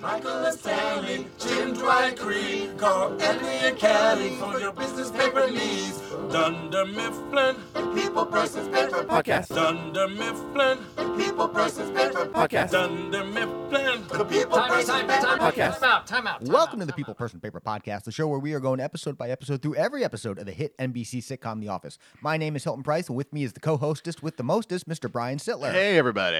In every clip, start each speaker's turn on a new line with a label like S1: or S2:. S1: Michael and Stanley, Jim Dry Creek, Carl Edley and Kelly for your business paper needs. Dunder Mifflin, people versus paper
S2: Podcast.
S1: Dunder Mifflin, people versus paper
S2: Podcast.
S1: Dunder Mifflin, the people
S3: Time out,
S1: versus
S3: time
S1: paper
S3: out, time out,
S2: Podcast.
S3: time out, time out. time
S4: Welcome to
S3: out,
S4: the
S3: time
S4: People
S3: out.
S4: Person Paper Podcast, the show where we are going episode by episode through every episode of the hit NBC sitcom The Office. My name is Hilton Price, and with me is the co-hostess with the mostest, Mr. Brian Sittler.
S5: Hey, everybody.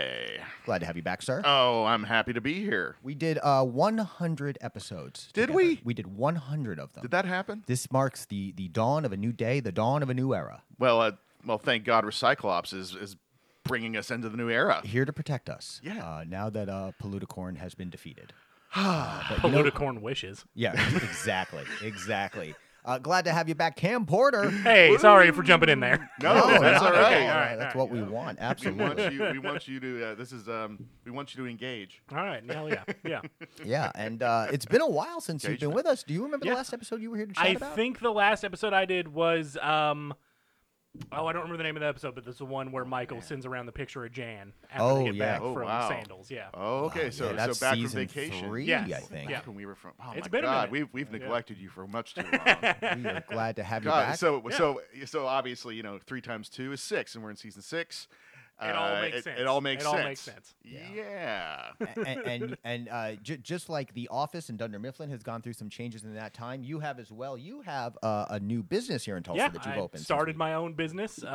S4: Glad to have you back, sir.
S5: Oh, I'm happy to be here.
S4: we did uh, 100 episodes.
S5: Did
S4: together.
S5: we?
S4: We did 100 of them.
S5: Did that happen?
S4: This marks the the dawn of a new day, the dawn of a new era.
S5: Well, uh, well, thank God Recyclops is, is bringing us into the new era.
S4: Here to protect us.
S5: Yeah.
S4: Uh, now that uh, Polluticorn has been defeated.
S6: Politicorn wishes.
S4: Yeah. exactly. Exactly. Uh, glad to have you back, Cam Porter. Oh,
S6: Hey, sorry for jumping in there.
S5: No,
S4: No,
S5: that's
S4: not
S5: all
S4: at
S5: right.
S4: all.
S6: all right,
S4: That's
S6: all
S4: what we want.
S5: We want
S4: Absolutely.
S5: you. We want you to. Uh, this is. Um, we want you to engage.
S6: All right, hell yeah, yeah.
S4: Yeah, and uh, it's been a while since you've been
S5: Engagement.
S4: with us. Do you remember
S5: Yeah.
S4: the last episode you were here to chat
S6: I
S4: about?
S6: think the last episode I did was um, oh, I don't remember the name of the episode, but this is the one where Michael sends around the picture of Jan after
S4: Oh,
S6: they get
S4: yeah.
S6: back
S5: Oh,
S6: from
S5: wow.
S6: sandals. Yeah,
S5: Oh, okay.
S4: Yeah,
S5: so,
S4: that's
S5: so back from
S4: season
S5: vacation.
S4: three,
S6: Yes.
S4: I think.
S6: Yeah.
S5: Back when we were from. Oh
S6: It's
S5: my
S6: been a
S5: God,
S6: minute.
S5: we've we've
S6: Yeah.
S5: neglected you for much too long.
S4: We are glad to have you
S5: God,
S4: back.
S5: so so so obviously, you know, three times two is six, and we're in season six.
S6: It all
S5: Uh,
S6: makes
S5: it,
S6: sense.
S5: It all makes
S6: It all
S5: sense.
S6: makes sense. Uh,
S5: Yeah.
S4: A- and and, and uh, j- just like The Office and Dunder Mifflin has gone through some changes in that time, you have as well. You have uh, a new business here in Tulsa
S6: yeah.
S4: that you've
S6: I
S4: opened. since
S6: started
S4: we-
S6: my own business. Uh,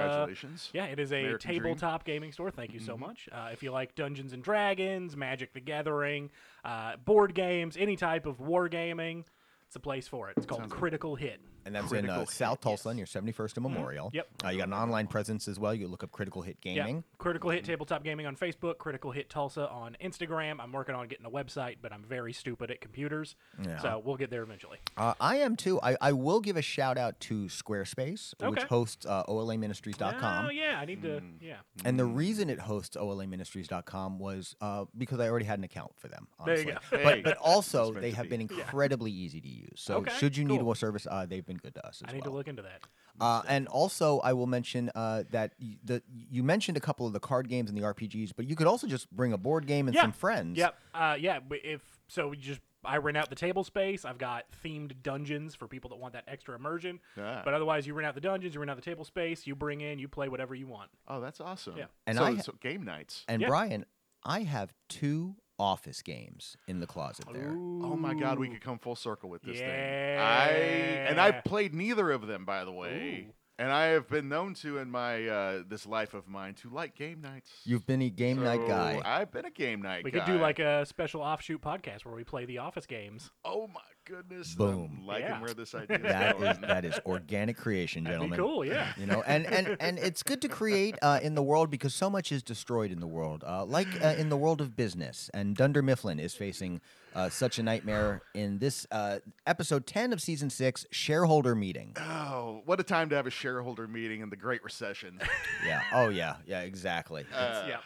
S5: Congratulations.
S6: yeah, it is a
S5: American dream. Mm-hmm.
S6: tabletop gaming store. Thank you so much. Uh, if you like Dungeons and Dragons, Magic the Gathering, uh, board games, any type of wargaming, it's a place for it. It's called Critical Hit.
S4: and that's in uh,
S5: Critical
S4: South Tulsa, on your 71st and Memorial.
S6: Mm-hmm. Yep.
S4: Uh, you got an online presence as well. You look up Critical Hit Gaming.
S6: Yeah. Critical
S5: Mm-hmm.
S6: Hit Tabletop Gaming on Facebook, Critical Hit Tulsa on Instagram. I'm working on getting a website, but I'm very stupid at computers. So we'll get there eventually.
S4: Uh, I am too. I, I will give a shout out to Squarespace, which
S6: Okay.
S4: hosts uh, OLAMinistries.com.
S6: Oh, yeah. I need
S5: Mm.
S6: to. Yeah.
S4: And
S6: Mm.
S4: the reason it hosts OLAMinistries.com was uh, because I already had an account for them.
S6: There
S4: Honestly.
S6: you go.
S5: Hey,
S4: But, but also,
S5: meant
S4: they
S5: to
S4: have
S5: be.
S4: been incredibly easy to use. So,
S6: Okay,
S4: should you need
S6: cool.
S4: a service, uh, they've been good to us as
S6: I need
S4: well.
S6: to look into that.
S4: Uh, and also, I will mention uh, that y- the, you mentioned a couple of the card games and the RPGs, but you could also just bring a board game and
S6: Yeah.
S4: some
S5: Mm.
S4: friends.
S6: Yep. Uh, yeah. but If so, we just I rent out the table space. I've got themed dungeons for people that want that extra immersion.
S5: Ah.
S6: But otherwise, you rent out the dungeons, you rent out the table space, you bring in, you play whatever you want.
S5: Oh, that's awesome.
S6: Yeah.
S4: And
S5: so,
S4: I ha-
S5: so game nights.
S4: And
S6: Yeah.
S4: Brian, I have two office games in the closet there.
S5: Oh my God, we could come full circle with this thing. I and
S6: Yeah.
S5: I've played neither of them, by the way. And I have been known to in my uh, this life of mine to like game nights.
S4: You've been a game night
S5: So,
S4: guy.
S5: I've been a game night.
S6: We
S5: guy.
S6: could do like a special offshoot podcast where we play the office games.
S5: Oh my goodness!
S4: Boom.
S5: I'm liking
S6: Yeah.
S5: where this idea is
S4: That
S5: going.
S4: is that is organic creation,
S6: That'd be
S4: gentlemen.
S6: cool. Yeah.
S4: You know, and and and it's good to create uh, in the world because so much is destroyed in the world, uh, like uh, in the world of business. And Dunder Mifflin is facing uh, such a nightmare in this uh, episode ten of season six shareholder meeting.
S5: oh, what a time to have a shareholder meeting in the Great Recession.
S4: Yeah. Oh yeah. Yeah. Exactly.
S5: Uh,
S6: yeah.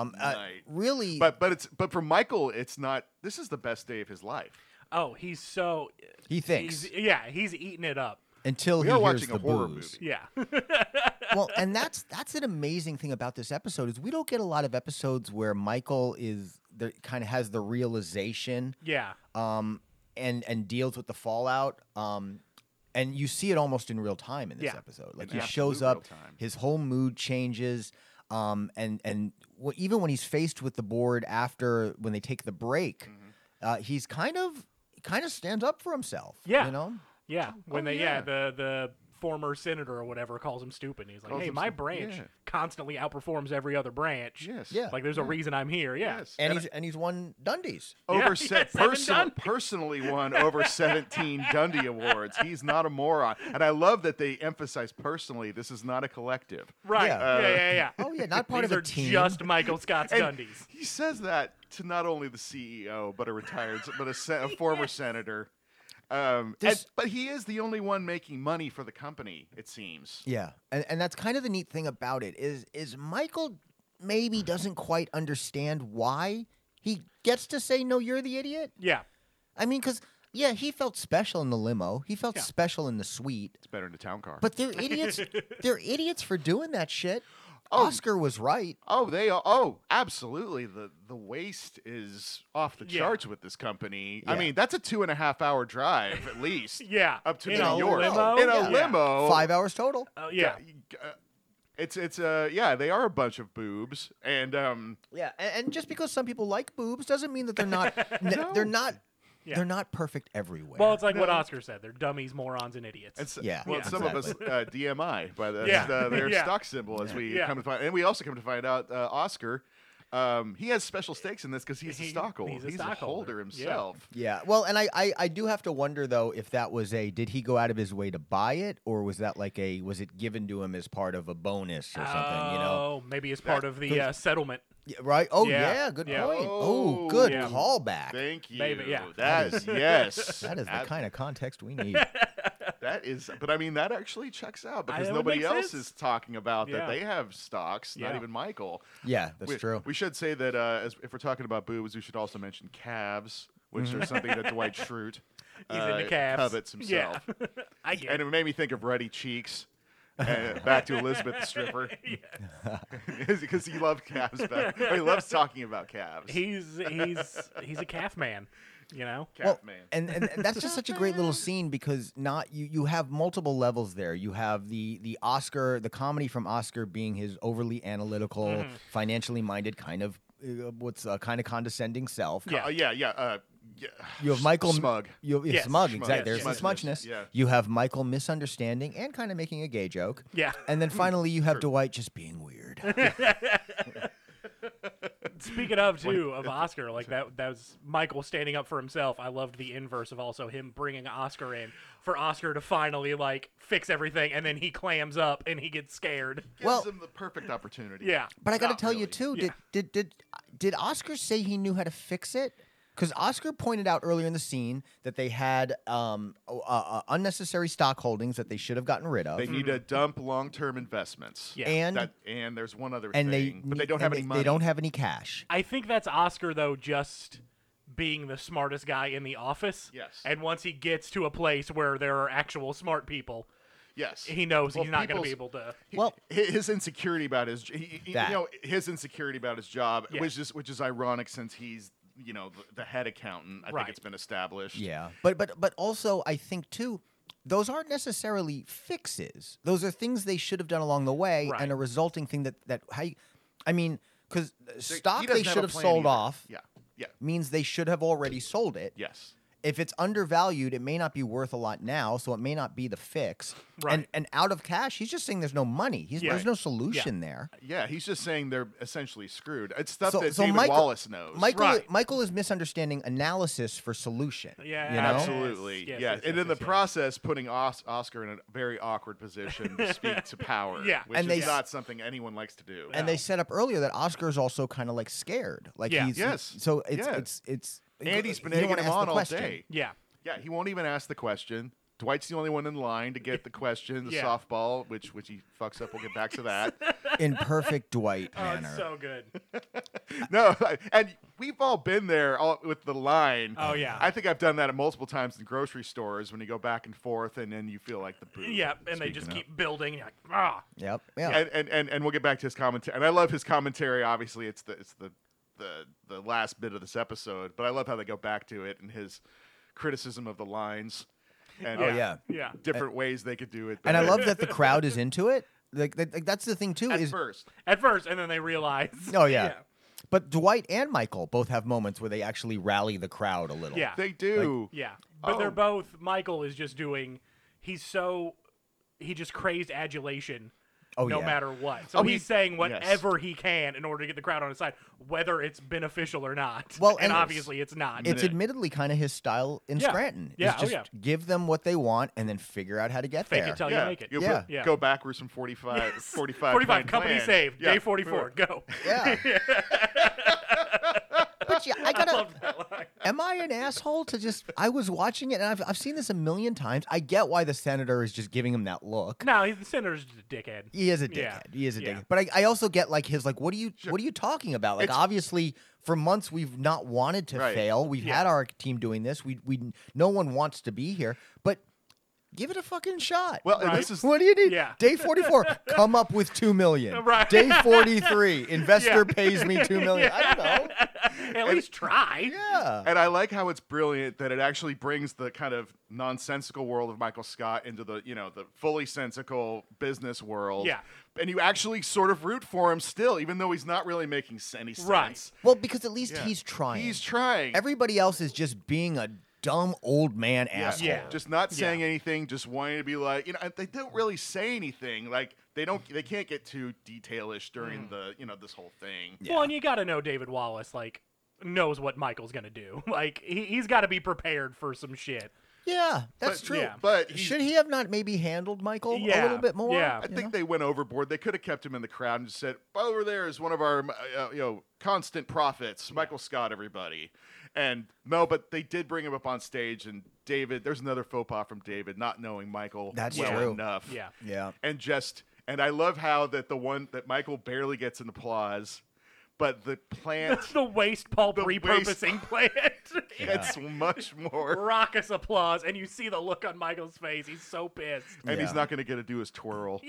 S4: Um. uh,
S5: night.
S4: really.
S5: But but it's but for Michael, it's not. This is the best day of his life.
S6: Oh, he's so.
S4: He thinks.
S6: He's, yeah, he's eating it up.
S4: until
S5: We
S4: he
S5: are
S4: hears
S5: watching
S4: the
S5: a horror
S4: booze.
S5: movie.
S6: Yeah.
S4: well, and that's that's an amazing thing about this episode is we don't get a lot of episodes where Michael is there kind of has the realization
S6: yeah.
S4: um and and deals with the fallout um and you see it almost in real time in this
S6: Yeah.
S4: episode like
S5: In
S4: he shows
S5: absolute
S4: up
S5: real time.
S4: his whole mood changes um and and wh- even when he's faced with the board after when they take the break
S6: Mm-hmm.
S4: uh he's kind of kind of stands up for himself
S6: Yeah.
S4: you know
S6: Yeah. When
S5: oh,
S6: they, yeah.
S5: yeah.
S6: the the former senator or whatever calls him stupid. And he's like,
S5: Calls
S6: hey,
S5: him
S6: my
S5: stu-
S6: branch
S5: yeah.
S6: constantly outperforms every other branch.
S5: Yes.
S4: Yeah.
S6: Like, there's a reason I'm here. Yeah.
S5: Yes.
S4: and, he's and he's won dundee's
S6: Yeah,
S5: over
S6: yes,
S5: se-
S6: I've been
S5: personal,
S6: done.
S5: personally won over 17 Dundee awards. He's not a moron. And I love that they emphasize personally this is not a collective.
S6: Right.
S4: Yeah.
S6: Yeah. yeah. Yeah. Yeah.
S4: oh yeah not part
S6: These
S4: of
S6: are
S4: a team
S6: just Michael Scott's
S5: And
S6: Dundies.
S5: He says that to not only the CEO but a retired but a, se- a former senator. Um, and-
S4: This-
S5: but he is the only one making money for the company, it seems.
S4: Yeah, and, and that's kind of the neat thing about it is is Michael maybe doesn't quite understand why he gets to say no, you're the idiot.
S6: Yeah.
S4: I mean, because yeah, he felt special in the limo, he felt
S6: Yeah.
S4: special in the suite,
S5: It's better than a town car.
S4: but they're idiots. they're idiots for doing that shit. Oscar was right.
S5: Oh, they are. Oh, absolutely. The the waste is off the
S6: Yeah.
S5: charts with this company. I
S4: Yeah.
S5: mean, that's a two and a half hour drive at least.
S6: Yeah,
S5: Up to
S6: in
S5: New
S6: a
S5: York
S6: limo?
S5: in a
S6: Yeah.
S5: limo.
S4: Five hours total.
S6: Uh, yeah.
S5: Uh, It's it's uh yeah they are a bunch of boobs and um
S4: Yeah, and, and just because some people like boobs doesn't mean that they're not n- they're not
S6: Yeah.
S4: they're not perfect everywhere.
S6: Well, it's like what Oscar said. They're dummies, morons, and idiots.
S5: and s-
S4: Yeah,
S5: well
S6: Yeah.
S5: some of us uh, DMI by the,
S6: Yeah.
S5: the- their
S6: Yeah.
S5: stock symbol as we
S6: Yeah.
S5: come to find and we also come to find out uh, Oscar um he has special stakes in this because he's a
S6: He-
S5: stockholder
S6: he's a stockholder.
S5: holder
S6: Yeah.
S5: himself
S4: yeah, well, and I, I I do have to wonder though if that was a did he go out of his way to buy it or was that like a was it given to him as part of a bonus or something? You know,
S6: Oh, maybe as part of the uh, settlement.
S4: Yeah, right? Oh yeah,
S6: Yeah.
S4: good
S6: Yeah.
S4: point.
S5: Oh,
S4: Oh, good
S6: yeah.
S4: callback.
S5: Thank you.
S6: Maybe, yeah.
S5: That is yes.
S4: that is the
S5: Ab-
S4: kind of context we need.
S5: That is, but I mean that actually checks out because
S6: it would
S5: nobody
S6: make
S5: else
S6: sense.
S5: is talking about that
S6: Yeah.
S5: they have stocks. Not
S6: Yeah.
S5: even Michael.
S4: yeah, that's
S5: we,
S4: true.
S5: We should say that uh, as, if we're talking about boobs, we should also mention calves, which
S4: Mm-hmm.
S5: are something that Dwight Schrute
S6: He's
S5: uh,
S6: into calves.
S5: covets himself.
S6: Yeah. I get
S5: and
S6: it.
S5: it made me think of ruddy cheeks. and back to Elizabeth the stripper, because he loved calves. Back, or he loves talking about calves.
S6: He's he's he's a calf man, you know.
S5: Calf
S4: Well,
S5: man.
S4: and, and that's just such a great little scene because not you you have multiple levels there. You have the the Oscar, the comedy from Oscar being his overly analytical,
S6: Mm-hmm.
S4: financially minded kind of uh, what's uh, kind of condescending self.
S6: Yeah.
S5: Uh, yeah, yeah, uh, yeah.
S4: You have Michael
S5: Smug.
S4: You have, yeah,
S6: Yes,
S4: smug,
S5: Schmug.
S4: exactly.
S5: Yes,
S4: There's the
S5: smugness,
S4: smugness.
S5: yeah.
S4: You have Michael misunderstanding and kind of making a gay joke.
S6: Yeah.
S4: And
S5: Mm.
S4: then finally, you have Dwight just being weird.
S6: Speaking of too of Oscar, like that that was Michael standing up for himself. I loved the inverse of also him bringing Oscar in for Oscar to finally like fix everything, and then he clams up and he gets scared.
S5: gives
S4: Well-
S5: him the perfect opportunity.
S6: Yeah.
S4: But I got to
S5: Not
S4: tell you
S5: really.
S4: too.
S6: Yeah.
S4: Did did did did Oscar say he knew how to fix it? Because Oscar pointed out earlier in the scene that they had um, uh, uh, unnecessary stock holdings that they should have gotten rid of,
S5: They need to dump long-term investments.
S6: Yeah.
S4: um, and
S5: That, and there's one other
S4: and they
S5: thing, but they
S4: need-
S5: don't
S4: and
S5: have any
S4: they-
S5: money.
S4: They don't have any cash.
S6: I think that's Oscar though, just being the smartest guy in the office.
S5: Yes.
S6: And once he gets to a place where there are actual smart people,
S5: Yes,
S6: he knows
S5: Well,
S6: he's not going to
S5: people's-
S6: be able to.
S5: he-
S4: Well-
S5: his insecurity about his, he, he- you
S4: That.
S5: know, his insecurity about his job,
S6: Yeah.
S5: which is which is ironic since he's, you know, the, the head accountant. I
S6: Right.
S5: think it's been established.
S4: Yeah, but but but also I think too, those aren't necessarily fixes. Those are things they should have done along the way,
S6: Right.
S4: and a resulting thing that that how you- I mean, because
S5: They- he
S4: stock they
S5: doesn't
S4: should
S5: a
S4: have
S5: plan
S4: sold
S5: either.
S4: off
S5: Yeah, yeah,
S4: means they should have already sold it.
S5: yes.
S4: if it's undervalued, it may not be worth a lot now, so it may not be the fix. And
S6: Right.
S4: and out of cash, he's just saying there's no money. He's,
S6: Yeah.
S4: There's no solution there.
S5: Yeah, he's just saying they're essentially screwed. It's stuff
S4: So-
S5: that
S4: so
S5: David
S4: Michael-
S5: Wallace knows.
S4: Michael
S6: Right.
S4: Michael is misunderstanding analysis for solution.
S6: Yeah,
S4: you know?
S5: Absolutely.
S6: Yes, yes,
S5: yeah.
S6: yes,
S5: and
S6: yes,
S5: in the
S6: yes, yes.
S5: process, putting Os- Oscar in a very awkward position to speak to power.
S6: Yeah.
S5: Which
S4: And
S5: is
S4: they-
S5: not something anyone likes to do.
S4: And they set up earlier that Oscar is also kind of like scared. Like
S6: Yeah.
S4: he's
S5: Yes.
S4: so it's
S5: Yeah.
S4: it's it's
S5: And he's
S4: you
S5: been
S4: don't
S5: egging
S4: wanna
S5: him
S4: ask the
S5: on all
S4: question.
S5: day.
S6: Yeah.
S5: Yeah, he won't even ask the question. Dwight's the only one in line to get the question, the
S6: Yeah.
S5: softball, which which he fucks up. We'll get back to that.
S4: in perfect Dwight
S6: Oh,
S4: manner.
S6: it's so good.
S5: no, and we've all been there all, with the line.
S6: Oh, yeah.
S5: I think I've done that at multiple times in grocery stores when you go back and forth, and then you feel like the boo.
S6: Yeah, and they just
S5: speaking up.
S6: keep building. You're like, ah,
S4: yep. Yeah.
S5: and, and and and we'll get back to his commentary. And I love his commentary. Obviously, it's the it's the the the last bit of this episode, but I love how they go back to it and his criticism of the lines and
S4: Oh, yeah.
S6: yeah.
S5: different ways they could do it.
S4: and I
S5: better
S4: love that the crowd is into it. Like, that- like that's the thing too
S5: at
S4: is
S5: first.
S6: At first, and then they realize.
S4: Oh yeah. But Dwight and Michael both have moments where they actually rally the crowd a little.
S6: Yeah.
S5: They do.
S6: Yeah. But
S5: Oh.
S6: they're both. Michael is just doing. He's so. He just craves adulation.
S4: Oh,
S6: no
S4: yeah.
S6: matter what. So
S5: Oh,
S6: he's
S5: he-
S6: saying
S5: yes.
S6: whatever he can in order to get the crowd on his side, whether it's beneficial or not.
S4: Well,
S6: and
S4: and-
S6: obviously it's not.
S4: It's
S5: Yeah.
S4: admittedly kind of his style in
S6: Yeah.
S4: Scranton.
S6: Yeah,
S4: It's
S6: oh,
S4: just
S6: yeah.
S4: give them what they want and then figure out how to get
S6: Fake
S4: there.
S6: it till
S5: yeah,
S6: Oh, you make it.
S5: You'll
S4: Yeah.
S5: put-
S6: Yeah.
S5: go backwards from 45, 45,
S6: 45,
S5: plan
S6: company
S5: plan.
S6: saved.
S5: Yeah.
S6: Day 44, go.
S4: yeah. but yeah, I gotta.
S6: Love that line.
S4: am I an asshole to just? I was watching it and I've, I've seen this a million times. I get why the senator is just giving him that look.
S6: No, he's the senator's just a dickhead.
S4: He is a dickhead.
S6: Yeah.
S4: He is a
S6: Yeah.
S4: dickhead. But I, I also get like his like, what are you what are you talking about? Like
S5: It's-
S4: obviously for months we've not wanted to
S5: Right.
S4: fail. We've
S6: Yeah.
S4: had our team doing this. We we no one wants to be here. But give it a fucking shot.
S5: Well, and
S6: Right.
S5: this is
S4: what do you need?
S6: Yeah.
S4: Day 44, come up with 2 million.
S6: Right.
S4: Day 43, investor
S6: Yeah.
S4: pays me 2 million. I don't know.
S6: At least try.
S4: Yeah.
S5: And I like how it's brilliant that it actually brings the kind of nonsensical world of Michael Scott into the, you know, the fully sensical business world.
S6: Yeah.
S5: And you actually sort of root for him still, even though he's not really making s- any sense.
S6: Right.
S4: Well, because at least
S5: Yeah.
S4: he's trying.
S5: He's trying.
S4: Everybody else is just being a dumb old man
S5: yeah.
S4: asshole.
S6: Yeah.
S5: Just not saying
S6: Yeah.
S5: anything, just wanting to be like, you know, and they don't really say anything. Like they don't they can't get too detailish during
S6: Mm.
S5: the, you know, this whole thing.
S6: Well, and you got to know David Wallace, like, knows what Michael's going to do. Like, he, he's got to be prepared for some shit.
S4: Yeah, that's
S5: But-
S4: true.
S6: yeah.
S5: But he-
S4: should he have not maybe handled Michael a
S6: Yeah.
S4: little bit more?
S6: Yeah.
S5: I
S4: You
S5: think
S4: know?
S5: they went overboard. They could have kept him in the crowd and just said, "Over there is one of our, uh, you know, constant prophets, Michael Scott, everybody." And no, but they did bring him up on stage, and David. There's another faux pas from David not knowing Michael
S4: That's
S5: well
S4: true.
S5: enough.
S6: Yeah.
S4: yeah.
S5: and just and I love how that the one that Michael barely gets an applause, but the plant
S6: the waste pulp
S5: The waste-
S6: repurposing plant.
S5: gets much more.
S6: Raucous applause, and you see the look on Michael's face. He's so pissed.
S5: And
S4: Yeah.
S5: he's not going to get to do his twirl.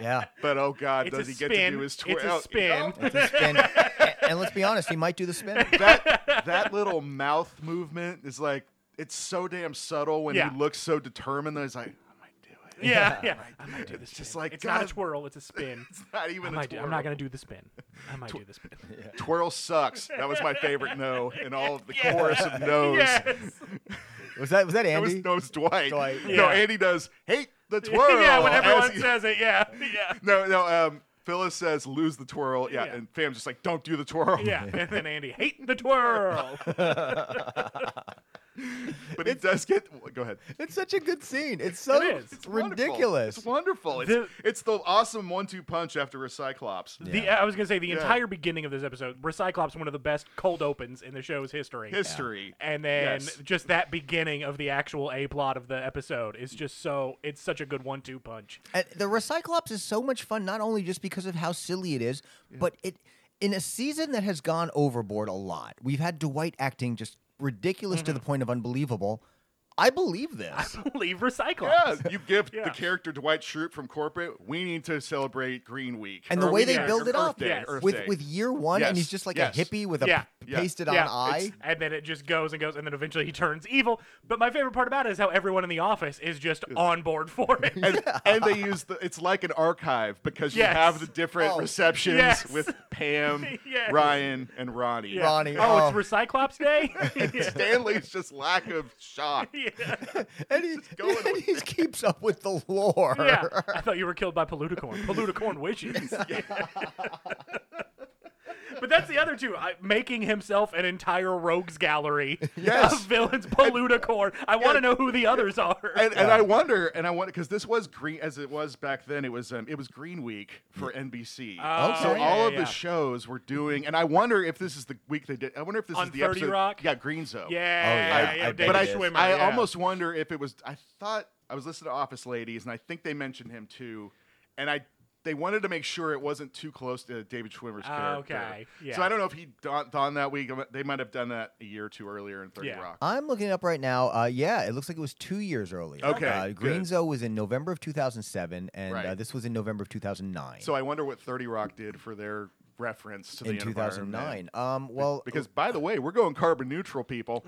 S4: Yeah.
S5: But oh God,
S6: It's
S5: does
S6: a
S5: he
S6: spin.
S5: get to do his twirl? Oh.
S6: It's a spin.
S4: It's a spin. A- and let's be honest, he might do the spin.
S5: that that little mouth movement is like it's so damn subtle when
S6: Yeah.
S5: he looks so determined that he's like, I might do it.
S6: Yeah, yeah. I might do this.
S5: just
S6: spin.
S5: like,
S6: it's not a
S5: God-
S6: twirl, it's a spin.
S5: It's not
S6: I
S5: even a
S6: might do,
S5: twirl.
S6: I'm not gonna do the spin. I might do the spin.
S5: Twirl sucks. That was my favorite no in all of the chorus of no's.
S6: Yes.
S4: Was that was that
S5: That was
S4: Andy?
S5: no, it's Dwight.
S4: Dwight.
S5: No,
S6: Yeah.
S5: Andy does hate the twirl.
S6: yeah, when
S5: as
S6: everyone
S5: he-
S6: says it, yeah, yeah,
S5: no, no. Um, Phyllis says lose the twirl. Yeah,
S6: Yeah.
S5: and Fam's just like don't do the twirl.
S6: yeah. And then Andy hating the twirl.
S5: but it does get. Go ahead.
S4: It's such a good scene. It's so
S6: It is. It's
S5: Wonderful.
S4: ridiculous.
S5: It's wonderful. It's,
S6: The-
S5: it's the awesome one-two punch after a Cyclops.
S6: The, I was gonna say the
S5: Yeah.
S6: entire beginning of this episode, Recyclops, one of the best cold opens in the show's history.
S5: History.
S6: and then
S5: Yes.
S6: just that beginning of the actual a plot of the episode is just so it's such a good one-two punch.
S4: And the Recyclops is so much fun, not only just because of how silly it is, but it in a season that has gone overboard a lot. We've had Dwight acting just ridiculous to the point of unbelievable. I believe this.
S6: Leave Recyclops.
S5: Yeah, you give
S6: Yeah.
S5: the character Dwight Schrute from corporate. We need to celebrate Green Week
S4: And the
S5: Or
S4: way
S5: we
S4: they
S5: need-
S4: build it
S5: Earth
S4: up
S5: Day,
S6: Yes.
S5: Earth
S4: with
S5: Day.
S4: with year one,
S5: Yes,
S4: and he's just like
S5: yes,
S4: a hippie with a
S6: yeah,
S4: p-
S5: yeah.
S4: pasted on
S6: Yeah,
S4: eye.
S6: it's- and then it just goes and goes, and then eventually he turns evil. But my favorite part about it is how everyone in the office is just on board for it.
S5: and, and they use the. It's like an archive because you
S6: Yes.
S5: have the different
S4: Oh.
S5: receptions
S6: Yes.
S5: with Pam,
S6: Yes.
S5: Ryan, and Ronnie.
S6: Yeah.
S4: Ronnie,
S6: Oh,
S4: oh.
S6: it's Recyclops Day. yeah.
S5: Stanley's just lack of shock.
S6: Yeah.
S4: And he,
S5: going
S4: and
S5: with
S4: he keeps up with the lore.
S6: Yeah. I thought you were killed by Poluticorn. Poluticorn wishes. but that's the other two. I, making himself an entire rogues gallery
S5: Yes.
S6: of villains. Poluticorn. I want to know who the others are.
S5: And, and I wonder, and I wonder, because this was green as it was back then. It was um, it was Green Week for NBC.
S6: Oh,
S5: so
S4: yeah,
S5: all
S6: yeah,
S5: of
S6: yeah.
S5: the shows were doing, and I wonder if this is the week they did. I wonder if this
S6: On
S5: is the
S6: 30
S5: episode.
S6: Rock?
S5: Yeah, Green Zone.
S4: I-
S6: yeah, yeah,
S4: I bet
S6: David
S5: but oh, I,
S4: is.
S6: Schwimmer.
S5: I
S6: yeah.
S5: almost wonder if it was. I thought I was listening to Office Ladies, and I think they mentioned him too. And I, they wanted to make sure it wasn't too close to David Schwimmer's
S6: Ah,
S5: character.
S6: okay, yeah.
S5: So I don't know if he don- donned that week. They might have done that a year or two earlier in Thirty
S6: Yeah.
S5: Rock.
S4: I'm looking it up right now. Uh, yeah, it looks like it was two years earlier.
S5: Okay,
S4: uh,
S5: good.
S4: Green Zone was in November of 2007, and uh,
S5: Right.
S4: this was in November of 2009.
S5: So I wonder what Thirty Rock did for their reference to
S4: in
S5: the
S4: 2009.
S5: environment.
S4: Um, well,
S5: Because by the way, we're going carbon neutral, people.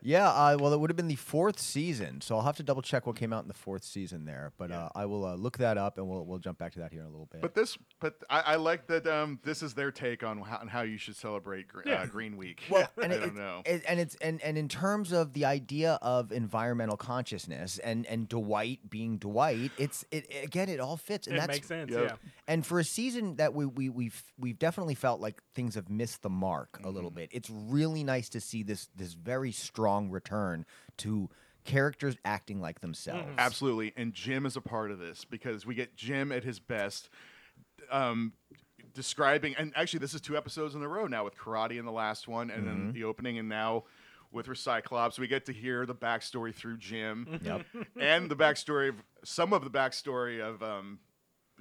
S4: yeah, uh, well, it would have been the fourth season, so I'll have to double check what came out in the fourth season there. But uh, I will uh, look that up, and we'll we'll jump back to that here in a little bit.
S5: but this, but I, I like that. Um, this is their take on how, on how you should celebrate gre-
S6: Yeah.
S5: uh, Green Week.
S4: well, and
S5: I
S4: it-
S5: don't
S4: it-
S5: know.
S4: it- and it's and, and in terms of the idea of environmental consciousness and and Dwight being Dwight, it's it again it all fits, and
S6: It
S4: that's
S6: makes sense.
S5: yeah.
S6: Yeah.
S4: And for a season that we we we've we've definitely felt like things have missed the mark a little
S5: Mm-hmm.
S4: bit. It's really nice to see this this very strong return to characters acting like themselves.
S5: Absolutely. And Jim is a part of this because we get Jim at his best um, describing, and actually, this is two episodes in a row now with karate in the last one and then the opening, and now with Recyclops. We get to hear the backstory through Jim
S4: Yep.
S5: and the backstory of some of the backstory of. Um,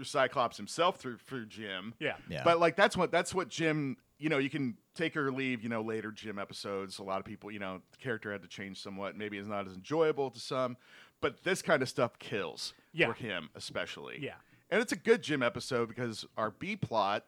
S5: Cyclops himself through through Jim.
S6: Yeah.
S4: Yeah.
S5: But like that's what that's what Jim you know, you can take or leave, you know, later Jim episodes. A lot of people, you know, the character had to change somewhat. Maybe it's not as enjoyable to some, but this kind of stuff kills
S6: Yeah.
S5: for him, especially.
S6: Yeah.
S5: And it's a good Jim episode because our B plot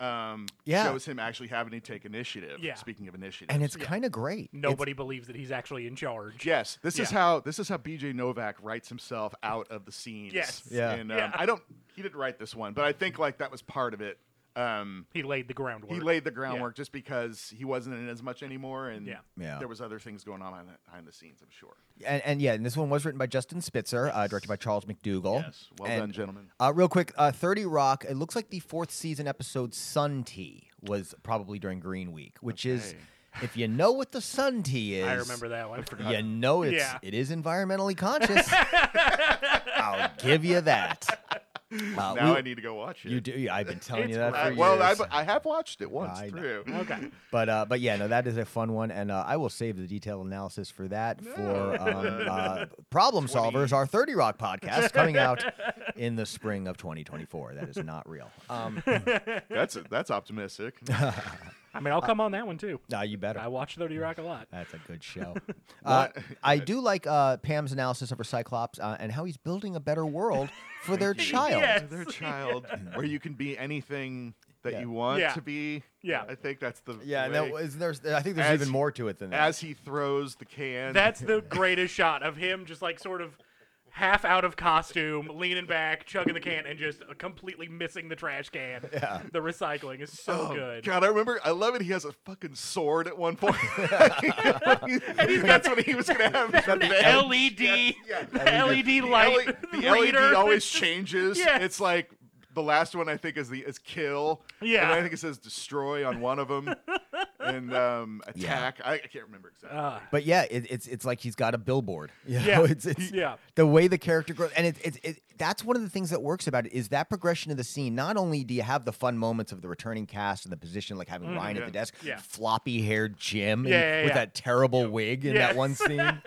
S5: um,
S4: Yeah.
S5: shows him actually having to take initiative.
S6: Yeah.
S5: Speaking of initiative.
S4: and it's kind of great.
S6: Nobody believes that he's actually in charge.
S5: Yes, this is
S6: Yeah.
S5: how this is how BJ Novak writes himself out of the scenes.
S6: Yes.
S4: Yeah.
S5: and um,
S6: Yeah.
S5: I don't. He didn't write this one, but I think like that was part of it. Um,
S6: He laid the groundwork.
S5: he laid the groundwork just because he wasn't in as much anymore, and
S6: Yeah.
S4: Yeah.
S5: there was other things going on behind the, behind the scenes. I'm sure.
S4: and, and yeah, and this one was written by Justin Spitzer, uh, directed by Charles McDougall.
S5: Yes. Well
S4: And,
S5: done, gentlemen.
S4: Uh, real quick, uh, Thirty Rock. It looks like the fourth season episode Sun Tea was probably during Green Week, which is if you know what the Sun Tea is.
S6: I remember that one.
S4: You know it's
S6: Yeah.
S4: it is environmentally conscious. I'll give you that. Uh,
S5: now
S4: we-
S5: I need to go watch it.
S4: you do. yeah, I've been telling you
S6: It's
S4: that
S5: I-
S4: for years.
S5: well, I've, I have watched it once
S4: I know.
S5: through.
S6: Okay.
S4: But uh, but yeah, no, that is a fun one, and uh, I will save the detailed analysis for that for um, uh, Problem Solvers, our Thirty Rock podcast coming out in the spring of 2024. That is not real. Um,
S5: That's that's optimistic.
S6: I mean, I'll come on that one too.
S4: nah, you better.
S6: I watch 30 Rock a lot.
S4: That's a good show. uh, I do like uh, Pam's analysis of her Cyclops uh, and how he's building a better world for their child.
S6: Yes.
S5: Their child, where you can be anything that
S4: Yeah.
S5: you want
S6: Yeah.
S5: to be.
S6: Yeah.
S5: I think that's the
S4: Yeah, and
S5: way-
S4: that was, there's, I think there's
S5: As-
S4: even more to it than that.
S5: as he throws the can.
S6: That's the greatest shot of him just like sort of half out of costume, leaning back, chugging the can, and just completely missing the trash can. Yeah. The recycling is so
S5: Oh,
S6: good.
S5: God, I remember. I love it. He has a fucking sword at one point. that's what he was gonna have.
S6: The LED,
S5: E
S6: LED E light
S5: LED the
S6: reader.
S5: LED always changes.
S6: Yes.
S5: It's like the last one I think is the is kill.
S6: Yeah.
S5: and I think it says destroy on one of them, and um, attack. I, I can't remember exactly.
S6: Ah,
S4: But yeah, it, it's it's like he's got a billboard. You
S6: Yeah.
S4: know, it's, it's
S6: Yeah.
S4: the way the character grows, and it's it's it, that's one of the things that works about it is that progression of the scene. Not only do you have the fun moments of the returning cast and the position, like having Ryan at
S5: yeah.
S4: the desk,
S6: Mm, Yeah.
S4: floppy haired Jim, in-
S6: Yeah, yeah,
S4: with
S6: yeah.
S4: that terrible wig in that
S6: Yeah.
S4: one scene.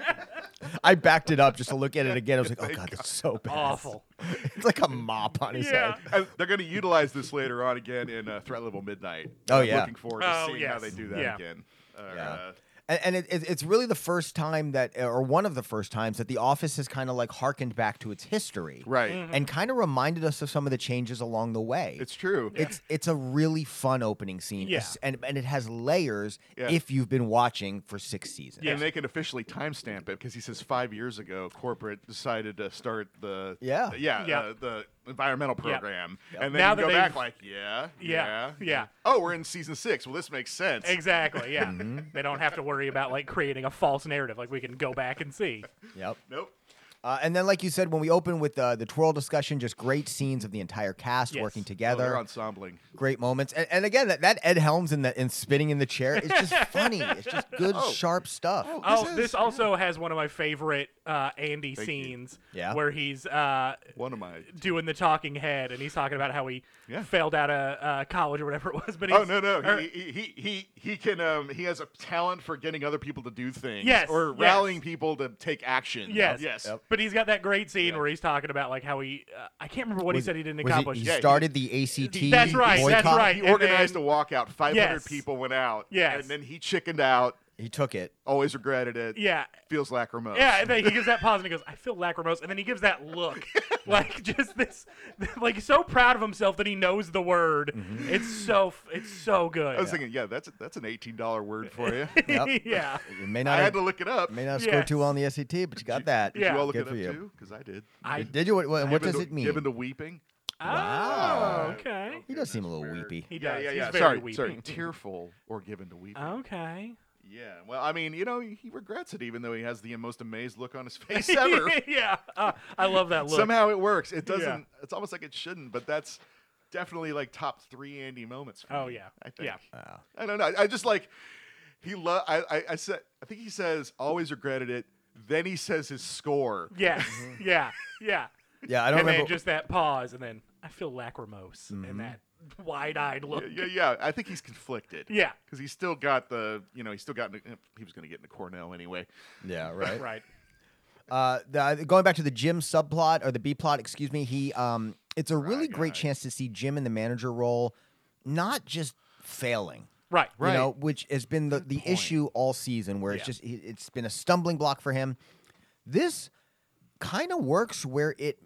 S4: I backed it up just to look at it again. I was like, oh god, that's so bad.
S6: awful.
S4: It's like a mop on his
S6: Yeah.
S4: head.
S5: And Uh, they're going to utilize this later on again in uh, Threat Level Midnight.
S4: Oh,
S5: I'm
S4: yeah.
S5: looking forward to
S6: Oh,
S5: seeing how
S6: yes.
S5: they do that
S6: Yeah.
S5: again. Uh,
S4: Yeah.
S5: yeah.
S4: And, and it, it, it's really the first time that, or one of the first times that The Office has kind of like harkened back to its history,
S5: Right.
S6: Mm-hmm.
S4: And kind of reminded us of some of the changes along the way.
S5: It's true.
S4: It's it's a really fun opening scene.
S6: Yeah.
S4: es- And and it has layers
S5: Yeah.
S4: if you've been watching for six seasons.
S6: Yeah.
S5: And they can officially timestamp it because he says five years ago, corporate decided to start the
S4: Yeah.
S5: yeah,
S6: Yeah.
S5: Uh, the environmental program, and then
S6: Now
S5: you go
S6: that
S5: back
S6: they've-
S5: like yeah,
S6: Yeah,
S5: yeah,
S6: yeah.
S5: Oh, we're in season six. Well, this makes sense.
S6: Exactly. Yeah.
S5: Mm-hmm.
S6: They don't have to worry about like creating a false narrative. Like we can go back and see.
S4: Yep.
S5: Nope.
S4: Uh, and then, like you said, when we open with uh, the twirl discussion, just great scenes of the entire cast
S6: Yes.
S4: working
S6: Oh,
S5: Oh,
S4: together.
S5: they're ensembling.
S4: great moments. And, and again, that, that Ed Helms in the in spinning in the chair is just funny. It's just good, sharp stuff.
S6: Oh,
S5: is-
S6: this, also has one of my favorite uh, Andy
S5: Thank you.
S6: scenes
S4: Yeah.
S6: where he's uh,
S5: One of my.
S6: doing the talking head and he's talking about how he
S5: Yeah.
S6: failed out of uh, college or whatever it was. But he's,
S5: Oh no no
S6: or-
S5: he, he he- he he can um he has a talent for getting other people to do things
S6: Yes,
S5: or
S6: yes.
S5: rallying people to take action
S6: yes,
S5: yes
S6: But he's got that great scene where he's talking about like how he uh, I can't remember what he
S4: Was-
S6: said he didn't
S4: was it-
S6: accomplish.
S4: he
S5: Yeah, he-
S4: started the ACT.
S6: That's right, that's
S4: Boycott.
S6: right.
S5: he
S6: and
S5: organized
S6: then-
S5: a walkout 500
S6: Yes.
S5: people went out
S6: Yes.
S5: and then he chickened out
S4: He took it.
S5: always regretted it
S6: yeah.
S5: feels lacrimose
S6: Yeah, and then he gives that pause and he goes, "I feel lacrimose," and then he gives that look, like just this, like so proud of himself that he knows the word.
S4: Mm-hmm.
S6: It's so, f- it's so good.
S5: I was thinking, yeah, that's that's an eighteen dollar word for you.
S4: Yep.
S6: yeah,
S4: You may
S5: I
S4: not
S5: had
S4: have,
S5: to look it up.
S4: may not have scored too
S6: Yes.
S4: well on the SAT, but you got that.
S5: Did
S6: Yeah.
S5: you all look
S4: Good
S5: it
S4: for
S5: up
S4: you.
S5: too? Because I did.
S6: I
S4: Did you? What, what
S5: Given
S4: does
S5: to-
S4: it mean?
S5: Given to weeping.
S4: Wow.
S6: Oh, okay.
S4: he does seem a little weepy.
S6: He
S5: Yeah,
S6: does.
S5: yeah,
S6: He's
S5: yeah.
S6: very Um,
S5: sorry,
S6: weepy.
S5: sorry. Tearful or given to weeping.
S6: Okay.
S5: Yeah. Well, I mean, you know, he regrets it, even though he has the most amazed look on his face ever.
S6: yeah. Uh, I love that look.
S5: Somehow it works. It doesn't. It's almost like it shouldn't, but that's definitely like top three Andy moments. For
S6: Oh,
S5: me,
S6: yeah.
S5: I think.
S6: Yeah.
S5: I don't know. I, I just like he love. I, I I said. I think he says always regretted it. Then he says his score.
S6: Yes. Yeah. Yeah.
S4: Yeah, Mm-hmm. I don't
S6: And then
S4: remember. Mm-hmm.
S6: just that pause, and then I feel lacrimose, and that wide-eyed look.
S5: Yeah, yeah, yeah. I think he's conflicted.
S6: Yeah.
S5: because he's still got the. You know, he still got. Into, he was going to get into Cornell anyway.
S4: yeah, right.
S6: Right.
S4: Uh, the, going back to the Jim subplot or the B plot, excuse me. He, um, it's a really great
S5: guy.
S4: chance to see Jim in the manager role, not just failing.
S6: Right.
S4: You know, which has been the, the issue all season, where it's
S5: Yeah.
S4: just it- it's been a stumbling block for him. This kind of works where it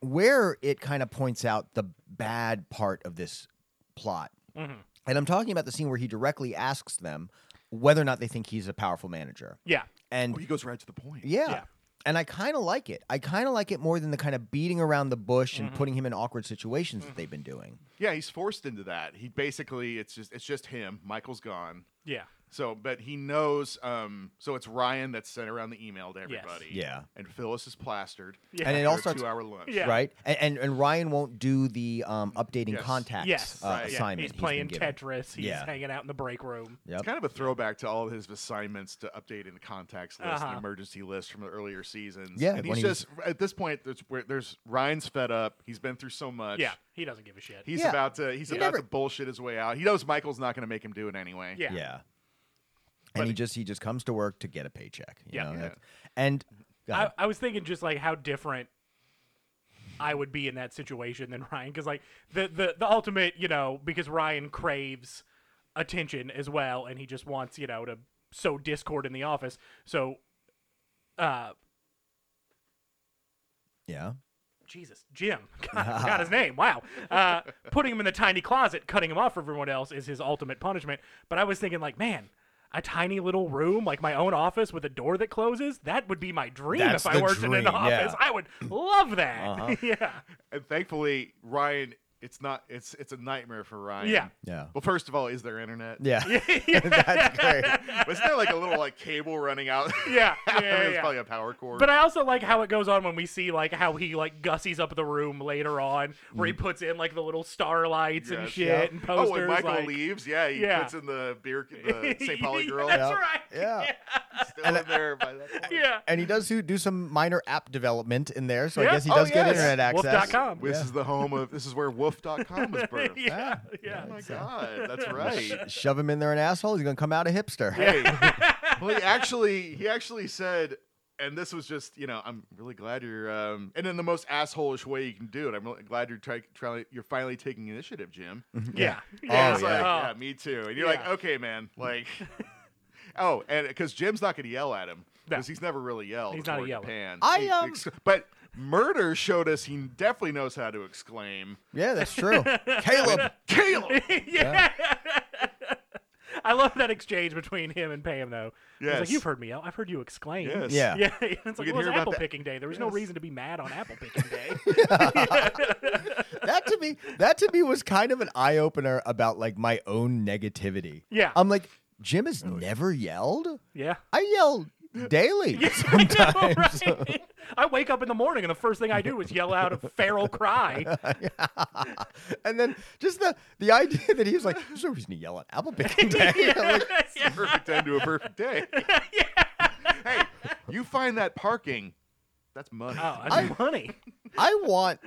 S4: where it kind of points out the bad part of this plot, and I'm talking about the scene where he directly asks them whether or not they think he's a powerful manager.
S6: Yeah.
S4: And
S5: Oh, he goes right to the point.
S4: Mm. yeah.
S6: Yeah.
S4: And I kind of like it. I kind of like it more than the kind of beating around the bush and putting him in awkward situations that they've been doing.
S5: Yeah, he's forced into that. He basically it's just it's just him. Michael's gone.
S6: Yeah.
S5: So, but he knows. Um, so it's Ryan that's sent around the email to everybody.
S4: Yeah.
S5: and Phyllis is plastered.
S6: Yeah.
S4: And it
S5: Her
S4: all starts
S5: two-hour lunch.
S6: Yeah.
S4: right, and, and and Ryan won't do the um, updating
S5: Yes.
S4: contacts
S6: Yes.
S4: uh,
S5: Right. Yeah.
S4: assignment.
S6: He's
S4: been
S6: playing
S4: given.
S6: Tetris. He's
S4: Yeah.
S6: hanging out in the break room.
S4: Yep.
S5: It's kind of a throwback to all of his assignments to updating the contacts list
S6: Uh-huh.
S5: and emergency list from the earlier seasons.
S4: Yeah,
S5: and
S4: when
S5: he's
S4: he was-
S5: just at this point. There's, where, there's Ryan's fed up. He's been through so much.
S6: Yeah. He doesn't give a shit.
S5: he's
S4: Yeah.
S5: about to he's
S4: Yeah.
S5: about
S4: Never-
S5: to bullshit his way out. He knows Michael's not going to make him do it anyway.
S6: yeah.
S4: Yeah. And he just he just comes to work to get a paycheck. you
S6: Yeah.
S4: know,
S6: Yeah.
S4: that's- And go
S6: I,
S4: ahead.
S6: I was thinking just like how different I would be in that situation than Ryan, because like the, the the ultimate, you know, because Ryan craves attention as well, and he just wants you know to sow discord in the office. So, uh,
S4: yeah.
S6: Jesus, Jim, God, I forgot his name. Wow, uh, putting him in the tiny closet, cutting him off from everyone else is his ultimate punishment. But I was thinking like, man. A tiny little room, like my own office with a door that closes, that would be my dream
S4: That's
S6: if I
S4: the
S6: worked in
S4: dream,
S6: an
S4: yeah. Uh-huh.
S6: office. I would love that. yeah.
S5: and thankfully Ryan, it's not it's it's a nightmare for Ryan.
S6: Yeah.
S4: Yeah.
S5: Well, first of all, is there internet?
S4: Yeah. That's great.
S5: Wasn't there like a little like cable running out?
S6: Yeah, yeah,
S5: I mean,
S6: yeah,
S5: it's
S6: yeah.
S5: probably a power cord.
S6: But uh, I also like how it goes on when we see like how he like gussies up the room later on, where he puts in like the little starlights and
S5: Mm-hmm. Yes.
S6: shit
S4: Yeah.
S6: and posters.
S5: oh, when Michael
S6: like...
S5: leaves, yeah, he
S6: Yeah.
S5: puts in the beer, the St. Pauli girl.
S6: That's
S4: Yeah.
S6: right.
S4: Yeah.
S5: Still in there by that point.
S6: Yeah.
S4: And he does do, do some minor app development in there, so
S6: Yeah.
S4: I guess he
S5: Oh,
S4: does get
S5: yes.
S4: internet access.
S6: Wolf.com.
S5: This is the home of. This is where Wolf.com was
S6: Yeah.
S5: birthed.
S6: Yeah.
S5: Oh my God, that's right.
S4: Shove him in there an asshole, he's gonna come out a hipster.
S5: hey, well, he actually, he actually said, and this was just, you know, I'm really glad you're, um, and in the most assholeish way you can do it. I'm really glad you're trying, try, you're finally taking initiative, Jim.
S6: Yeah.
S5: And
S6: Yeah.
S5: it's
S4: Oh,
S5: like,
S6: Uh,
S5: yeah, me too. And you're like,
S6: Yeah.
S5: okay, man, like, oh, and because Jim's not gonna yell at him
S6: No.
S5: because he's never really yelled.
S6: He's not a
S5: before
S6: yeller.
S5: Japan.
S4: I,
S5: He
S4: um,
S5: but murder showed us he definitely knows how to exclaim.
S4: Yeah, that's true. Caleb.
S5: Caleb.
S6: yeah. I love that exchange between him and Pam though. He's like,
S5: Yes.
S6: "You've heard me yell. I've heard you exclaim."
S5: Yes.
S4: Yeah.
S6: Yeah, it's like
S5: can
S6: well, it was
S5: hear about
S6: apple
S5: that.
S6: picking day. There was no
S5: Yes.
S6: reason to be mad on apple picking day.
S4: that to me that to me was kind of an eye opener about like my own negativity.
S6: Yeah. Oh,
S4: I'm like, Jim has never yelled?
S6: yeah.
S4: I yell daily.
S6: I, know, right? I wake up in the morning and the first thing I do is yell out a feral cry.
S4: and then just the the idea that he was like, there's no reason to yell at Apple picking day. I'm like,
S6: Yeah.
S5: perfect end to a perfect day. Hey, you find that parking. That's money.
S6: Oh, that's funny.
S4: I want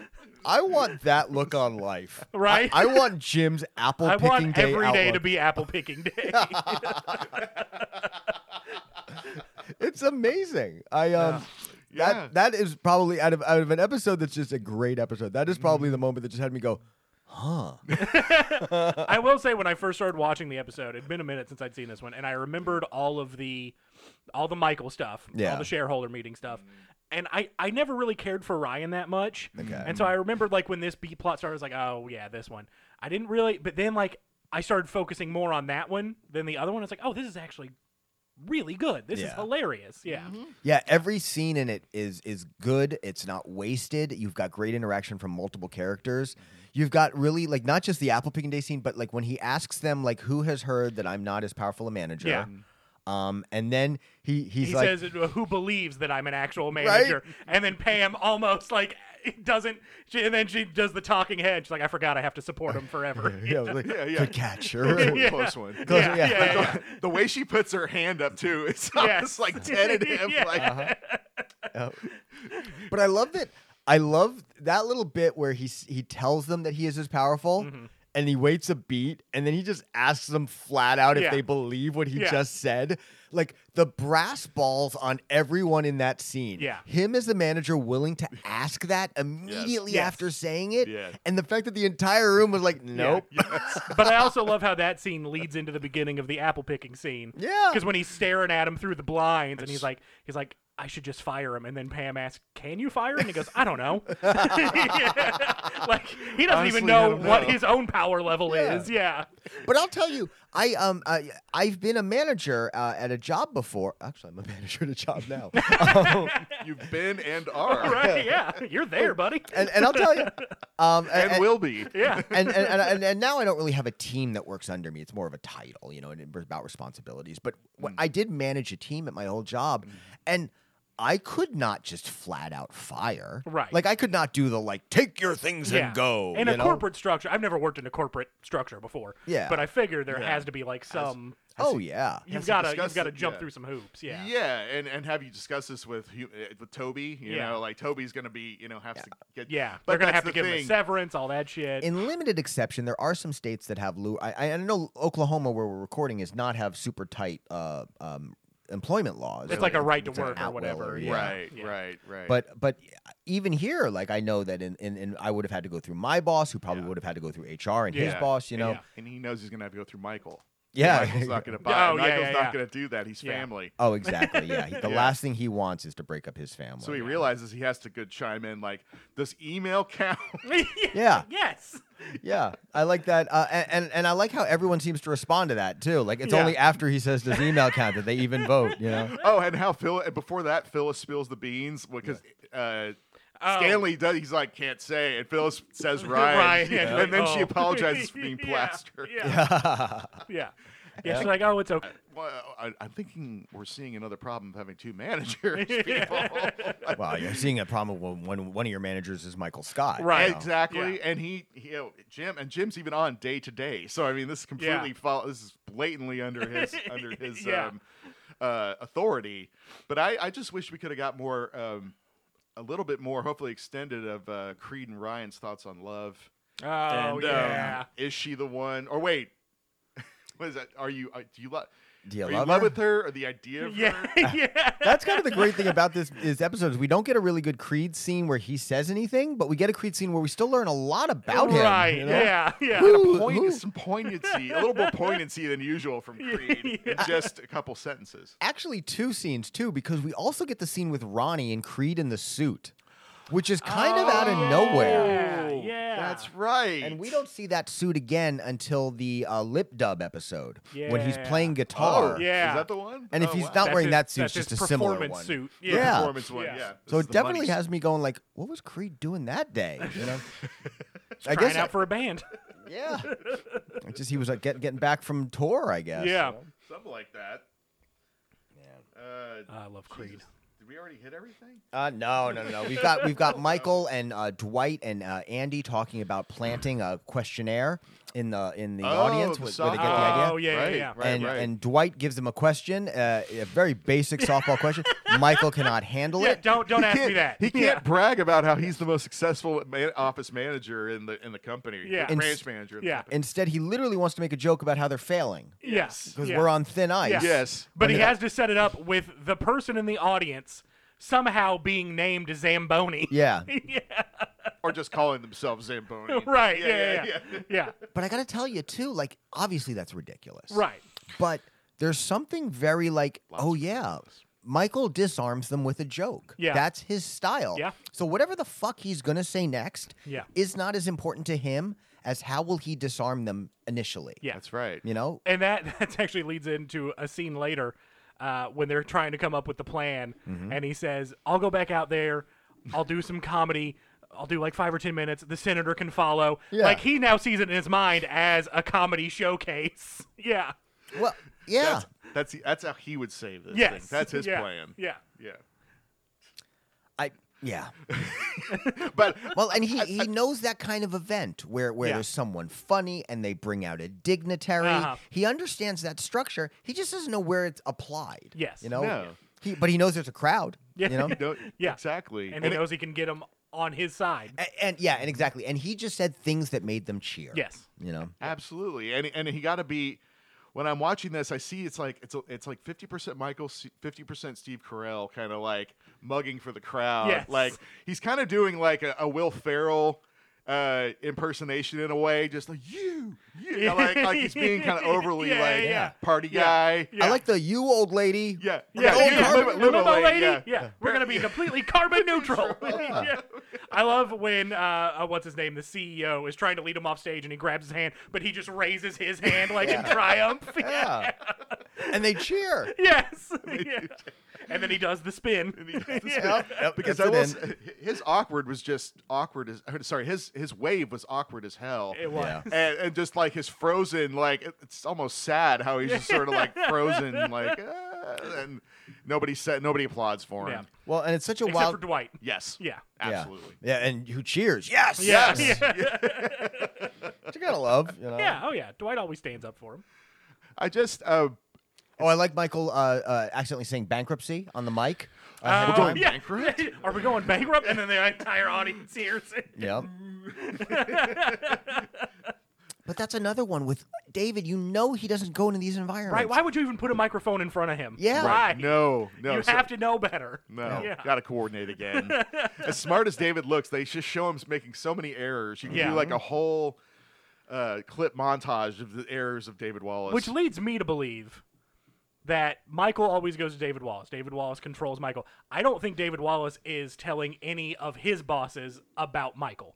S4: I want that look on life. I-
S6: Right.
S4: I, want Jim's apple
S6: I
S4: picking
S6: want
S4: day
S6: every day to
S4: outlook.
S6: be apple picking day.
S4: It's amazing. I um
S5: Yeah.
S4: that that is probably out of out of an episode that's just a great episode. That is probably
S6: Mm-hmm.
S4: the moment that just had me go, huh.
S6: I will say when I first started watching the episode, it'd been a minute since I'd seen this one, and I remembered all of the all the Michael stuff,
S4: Yeah.
S6: all the shareholder meeting stuff. And I, I never really cared for Ryan that much.
S4: Okay.
S6: And so I remembered like when this B plot started, I was like, oh yeah, this one. I didn't really but then like I started focusing more on that one than the other one. I was like, oh, this is actually really good. This is
S4: Yeah.
S6: hilarious. Yeah.
S4: Yeah, every scene in it is is good. It's not wasted. You've got great interaction from multiple characters.
S6: Mm-hmm.
S4: You've got really like not just the apple picking day scene, but like when he asks them like who has heard that I'm not as powerful a manager.
S6: Yeah.
S4: Um, and then he he's
S6: he
S4: like
S6: says, "Who believes that I'm an actual manager?" And then Pam almost like doesn't. She, and then she does the talking head. She's like, "I forgot I have to support him forever."
S4: yeah, I was like,
S5: Yeah, yeah.
S4: good catch. or-
S5: Close one,
S6: Yeah.
S5: Close one.
S4: Close-
S6: yeah,
S4: yeah.
S6: yeah, yeah.
S5: The way she puts her hand up too, it's
S6: Yeah.
S5: almost like tentative.
S6: Yeah.
S5: Like,
S4: Uh-huh. But
S6: Mm-hmm.
S4: I love that. I love that little bit where he s- he tells them that he is as powerful,
S2: and he waits a beat and then he just asks them flat out
S6: Yeah.
S2: if they believe what he
S6: Yeah.
S2: just said. Like the brass balls on everyone in that scene.
S6: Yeah.
S2: Him as the manager willing to ask that immediately
S6: Yes.
S2: after saying it.
S5: Yeah.
S2: And the fact that the entire room was like, nope.
S6: but I also love how that scene leads into the beginning of the apple picking scene.
S2: Yeah.
S6: Because when he's staring at him through the blinds and he's like, he's like, I should just fire him. And then Pam asks, Can you fire him? And he goes, I don't know. Like, he doesn't
S5: Honestly,
S6: even
S5: I
S6: know
S5: don't
S6: what
S5: know.
S6: his own power level
S2: Yeah.
S6: is. Yeah.
S4: But I'll tell you, I um I, I've been a manager uh, at a job before. Actually, I'm a manager at a job now.
S5: You've been and are
S6: Right. Yeah. You're there, buddy.
S4: and, and I'll tell you, um,
S5: and will be.
S6: yeah.
S4: and, and, and, and, and now I don't really have a team that works under me. It's more of a title, you know, and it's about responsibilities. But
S6: Mm.
S4: when I did manage a team at my old job, and I could not just flat out fire.
S6: Right.
S4: Like I could not do the like take your things
S6: yeah.
S4: and go.
S6: In
S4: you
S6: a
S4: know?
S6: corporate structure. I've never worked in a corporate structure before.
S4: Yeah.
S6: But I figure there
S5: Yeah.
S6: has to be like some.
S4: Oh yeah.
S6: You've
S5: he
S6: got to you've
S5: discussed
S6: got to
S5: it?
S6: jump
S5: Yeah.
S6: through some hoops, yeah.
S5: and and have you discussed this with hu- uh, with Toby? You
S6: Yeah.
S5: know, like Toby's gonna be, you know, have to get.
S6: Yeah,
S5: but
S6: they're gonna
S5: that's
S6: have to
S5: the
S6: give him a
S5: thing.
S6: severance, all that shit.
S4: In limited exception, there are some states that have. Lu- I, I- I know Oklahoma, where we're recording, is not have super tight uh, um, employment laws.
S6: It's like a right to
S4: it's an
S6: work or
S4: out will
S6: whatever, yeah.
S5: Right,
S6: Yeah.
S5: right, right.
S4: But but e, even here, like I know that in, in, in I would have had to go through my boss, who probably would have had to go through HR and his
S5: Yeah.
S4: boss. You know,
S5: and he knows he's gonna have to go through Michael.
S4: yeah.
S5: Michael's not gonna buy. it.
S6: Oh, yeah,
S5: Michael's
S6: yeah,
S5: not
S6: yeah.
S5: gonna do that. He's
S6: Yeah.
S5: family.
S4: oh, exactly. Yeah. He- the
S5: Yeah.
S4: last thing he wants is to break up his family.
S6: Oh,
S5: So he realizes he has to good chime in like, does email count?
S4: Yeah.
S6: Yes.
S4: yeah, I like that, uh, and, and and I like how everyone seems to respond to that too. Like it's
S6: Yeah.
S4: only after he says this email count that they even vote. You know.
S5: oh, and how Phil? And before that, Phyllis spills the beans because uh,
S6: Oh.
S5: Stanley does. He's like, can't say, and Phyllis says Ryan,
S6: Ryan, yeah,
S5: and then
S6: like,
S5: she
S6: oh.
S5: apologizes for being
S6: Yeah,
S5: plastered.
S6: Yeah. Yeah. yeah. She's like, oh, it's okay.
S5: Well, I, I'm thinking we're seeing another problem of having two managers.
S4: Wow, you're seeing a problem when, when one of your managers is Michael Scott.
S6: Right.
S4: you know?
S5: Exactly,
S6: Yeah.
S5: and he, he, oh, Jim, and Jim's even on day to day. So I mean, this is completely fol- this is blatantly under his under his
S6: Yeah.
S5: um, uh, authority. But I, I just wish we could have got more, um, a little bit more, hopefully extended of uh, Creed and Ryan's thoughts on love.
S6: Oh
S5: and, um,
S6: yeah.
S5: is she the one? Or wait, what is that? Are you uh, do you love?
S4: Do you
S5: are you
S4: love
S5: in love
S4: her?
S5: with her or the idea
S4: um,
S5: of
S6: yeah.
S5: her?
S6: yeah.
S4: That's kind of the great thing about this is episode is we don't get a really good Creed scene where he says anything, but we get a Creed scene where we still learn a lot about him.
S6: Right.
S4: you know?
S6: Yeah. Yeah.
S5: Got a
S4: Who-
S5: point-
S4: who-
S5: some poignancy, a little more poignancy than usual from Creed in just a couple sentences.
S4: Actually, two scenes too, because we also get the scene with Ronnie and Creed in the suit, which is kind of out of
S6: Oh.
S4: nowhere.
S6: Yeah.
S5: Oh,
S6: yeah.
S5: That's right.
S4: And we don't see that suit again until the uh, lip dub episode when he's
S6: Yeah.
S4: playing guitar.
S5: Oh,
S6: Yeah.
S5: Is that the one?
S4: And if
S5: Oh,
S4: he's
S5: wow.
S4: not
S6: That's
S4: wearing
S6: his-
S4: that suit,
S6: that's
S4: it's just
S6: his
S4: a similar
S6: performance
S4: one.
S6: suit.
S5: the
S6: Yeah.
S4: Yeah.
S5: performance one,
S6: Yeah.
S5: yeah.
S4: So
S5: This
S4: it
S5: is the money
S4: definitely
S5: scene.
S4: has me going like, what was Creed doing that day? You know. I
S6: Trying
S4: guess
S6: out
S4: I-
S6: for a band.
S4: Yeah. It's just he was like get, getting back from tour, I guess.
S6: yeah.
S5: something like that. Uh,
S4: Oh,
S6: I love Creed.
S5: Jesus. Did we already hit everything?
S4: Uh, no, no, no. We've got we've got Michael and uh, Dwight and uh, Andy talking about planting a questionnaire in the in the
S5: Oh,
S4: audience
S5: the
S4: where, where they get the
S6: softball.
S4: idea.
S6: Oh, yeah, yeah,
S5: right,
S6: yeah.
S5: Right,
S4: and,
S5: right.
S4: and Dwight gives them a question, uh, a very basic softball question. Michael cannot handle
S6: Yeah.
S4: it.
S6: Don't don't
S5: he
S6: ask
S5: can't,
S6: me that.
S5: He can't brag about how he's the most successful man, office manager in the in the company.
S6: Yeah.
S5: the
S6: And
S5: branch
S4: s-
S5: manager. in the
S6: Yeah.
S5: company.
S4: Instead, he literally wants to make a joke about how they're failing
S6: Yes.
S4: because
S6: yeah.
S4: we're on thin ice.
S6: Yeah.
S5: Yes.
S6: But he
S4: Yeah.
S6: has to set it up with the person in the audience somehow being named Zamboni.
S4: Yeah.
S5: or just calling themselves Zamboni.
S6: Right. Yeah. Yeah. Yeah. Yeah,
S4: But I got to tell you too, like obviously that's ridiculous.
S6: Right.
S4: But there's something very like,
S5: Lots
S4: oh
S5: of
S4: yeah,
S5: ridiculous.
S4: Michael disarms them with a joke.
S6: Yeah.
S4: That's his style.
S6: Yeah.
S4: So whatever the fuck he's gonna say next
S6: Yeah.
S4: is not as important to him as how will he disarm them initially.
S6: Yeah.
S5: That's right.
S4: You know?
S6: and that that actually leads into a scene later uh, when they're trying to come up with the plan and he says i'll go back out there i'll do some comedy i'll do like five or ten minutes the senator can follow
S4: Yeah.
S6: like he now sees it in his mind as a comedy showcase yeah
S4: Well yeah.
S5: That's that's, the- that's how he would save this
S6: yes
S5: thing. That's his
S6: Yeah.
S5: plan.
S6: yeah
S5: Yeah.
S4: I yeah.
S5: But
S4: Well, and he, he knows that kind of event where, where
S6: Yeah.
S4: there's someone funny and they bring out a dignitary.
S6: Uh-huh.
S4: He understands that structure. He just doesn't know where it's applied.
S6: Yes.
S4: You know?
S5: No.
S4: He, but he knows there's a crowd.
S6: Yeah.
S4: You know?
S5: no,
S6: Yeah.
S5: exactly.
S6: and he knows he can get them on his side.
S4: And, and yeah, and exactly. And he just said things that made them cheer.
S6: Yes.
S4: You know?
S5: Absolutely, and and he got to be. When I'm watching this, I see it's like it's a, it's like 50% Michael, 50% Steve Carell, kind of like mugging for the crowd.
S6: Yes.
S5: Like he's kind of doing like a, a Will Ferrell uh, impersonation in a way, just like you, you,
S6: Yeah.
S5: like like he's being kind of overly
S6: Yeah,
S5: like
S6: yeah, yeah.
S5: party guy.
S6: Yeah.
S4: I like the you old lady.
S5: Yeah,
S6: Yeah,
S5: Like,
S6: yeah,
S5: "You
S6: Remember,
S5: live- live
S6: remember
S5: away,"
S6: lady?
S5: yeah.
S6: Yeah. we're gonna be completely carbon neutral. Yeah. I love when uh, uh, what's his name, the CEO, is trying to lead him off stage, and he grabs his hand, but he just raises his hand like in triumph.
S4: Yeah. and they cheer.
S6: yes. Yeah. And then he does the spin. yeah.
S5: because I
S4: That's
S5: will,
S4: it,
S5: s- his awkward was just awkward as sorry his his wave was awkward as hell
S6: It was.
S4: Yeah.
S5: and, and just like his frozen like it- it's almost sad how he's just sort of like frozen like "Ah," and nobody said nobody applauds for him
S6: Yeah.
S4: Well, and it's such a
S6: Except
S4: wild.
S6: for Dwight.
S5: yes
S6: Yeah.
S4: yeah.
S5: absolutely
S4: Yeah. and who cheers? Yes.
S6: Yeah.
S4: Yes.
S6: Yeah.
S4: Which you gotta love. You know?
S6: Yeah. Oh yeah. Dwight always stands up for him.
S5: I just uh,
S4: Oh, I like Michael uh, uh, accidentally saying bankruptcy on the mic. Uh, ahead of
S6: Uh,
S4: time.
S6: yeah.
S5: bankrupt?
S6: Are we going bankrupt? And then the entire audience hears it.
S4: Yep. but that's another one with David. You know he doesn't go into these environments.
S6: Right? Why would you even put a microphone in front of him?
S4: Yeah.
S6: Why?
S5: no no
S6: you
S5: so-
S6: have to know better.
S5: no,
S6: Yeah.
S5: gotta coordinate again. as smart as David looks, they just show him making so many errors. You can
S6: Yeah.
S5: do like a whole uh, clip montage of the errors of David Wallace.
S6: Which leads me to believe that Michael always goes to David Wallace. David Wallace controls Michael. I don't think David Wallace is telling any of his bosses about Michael.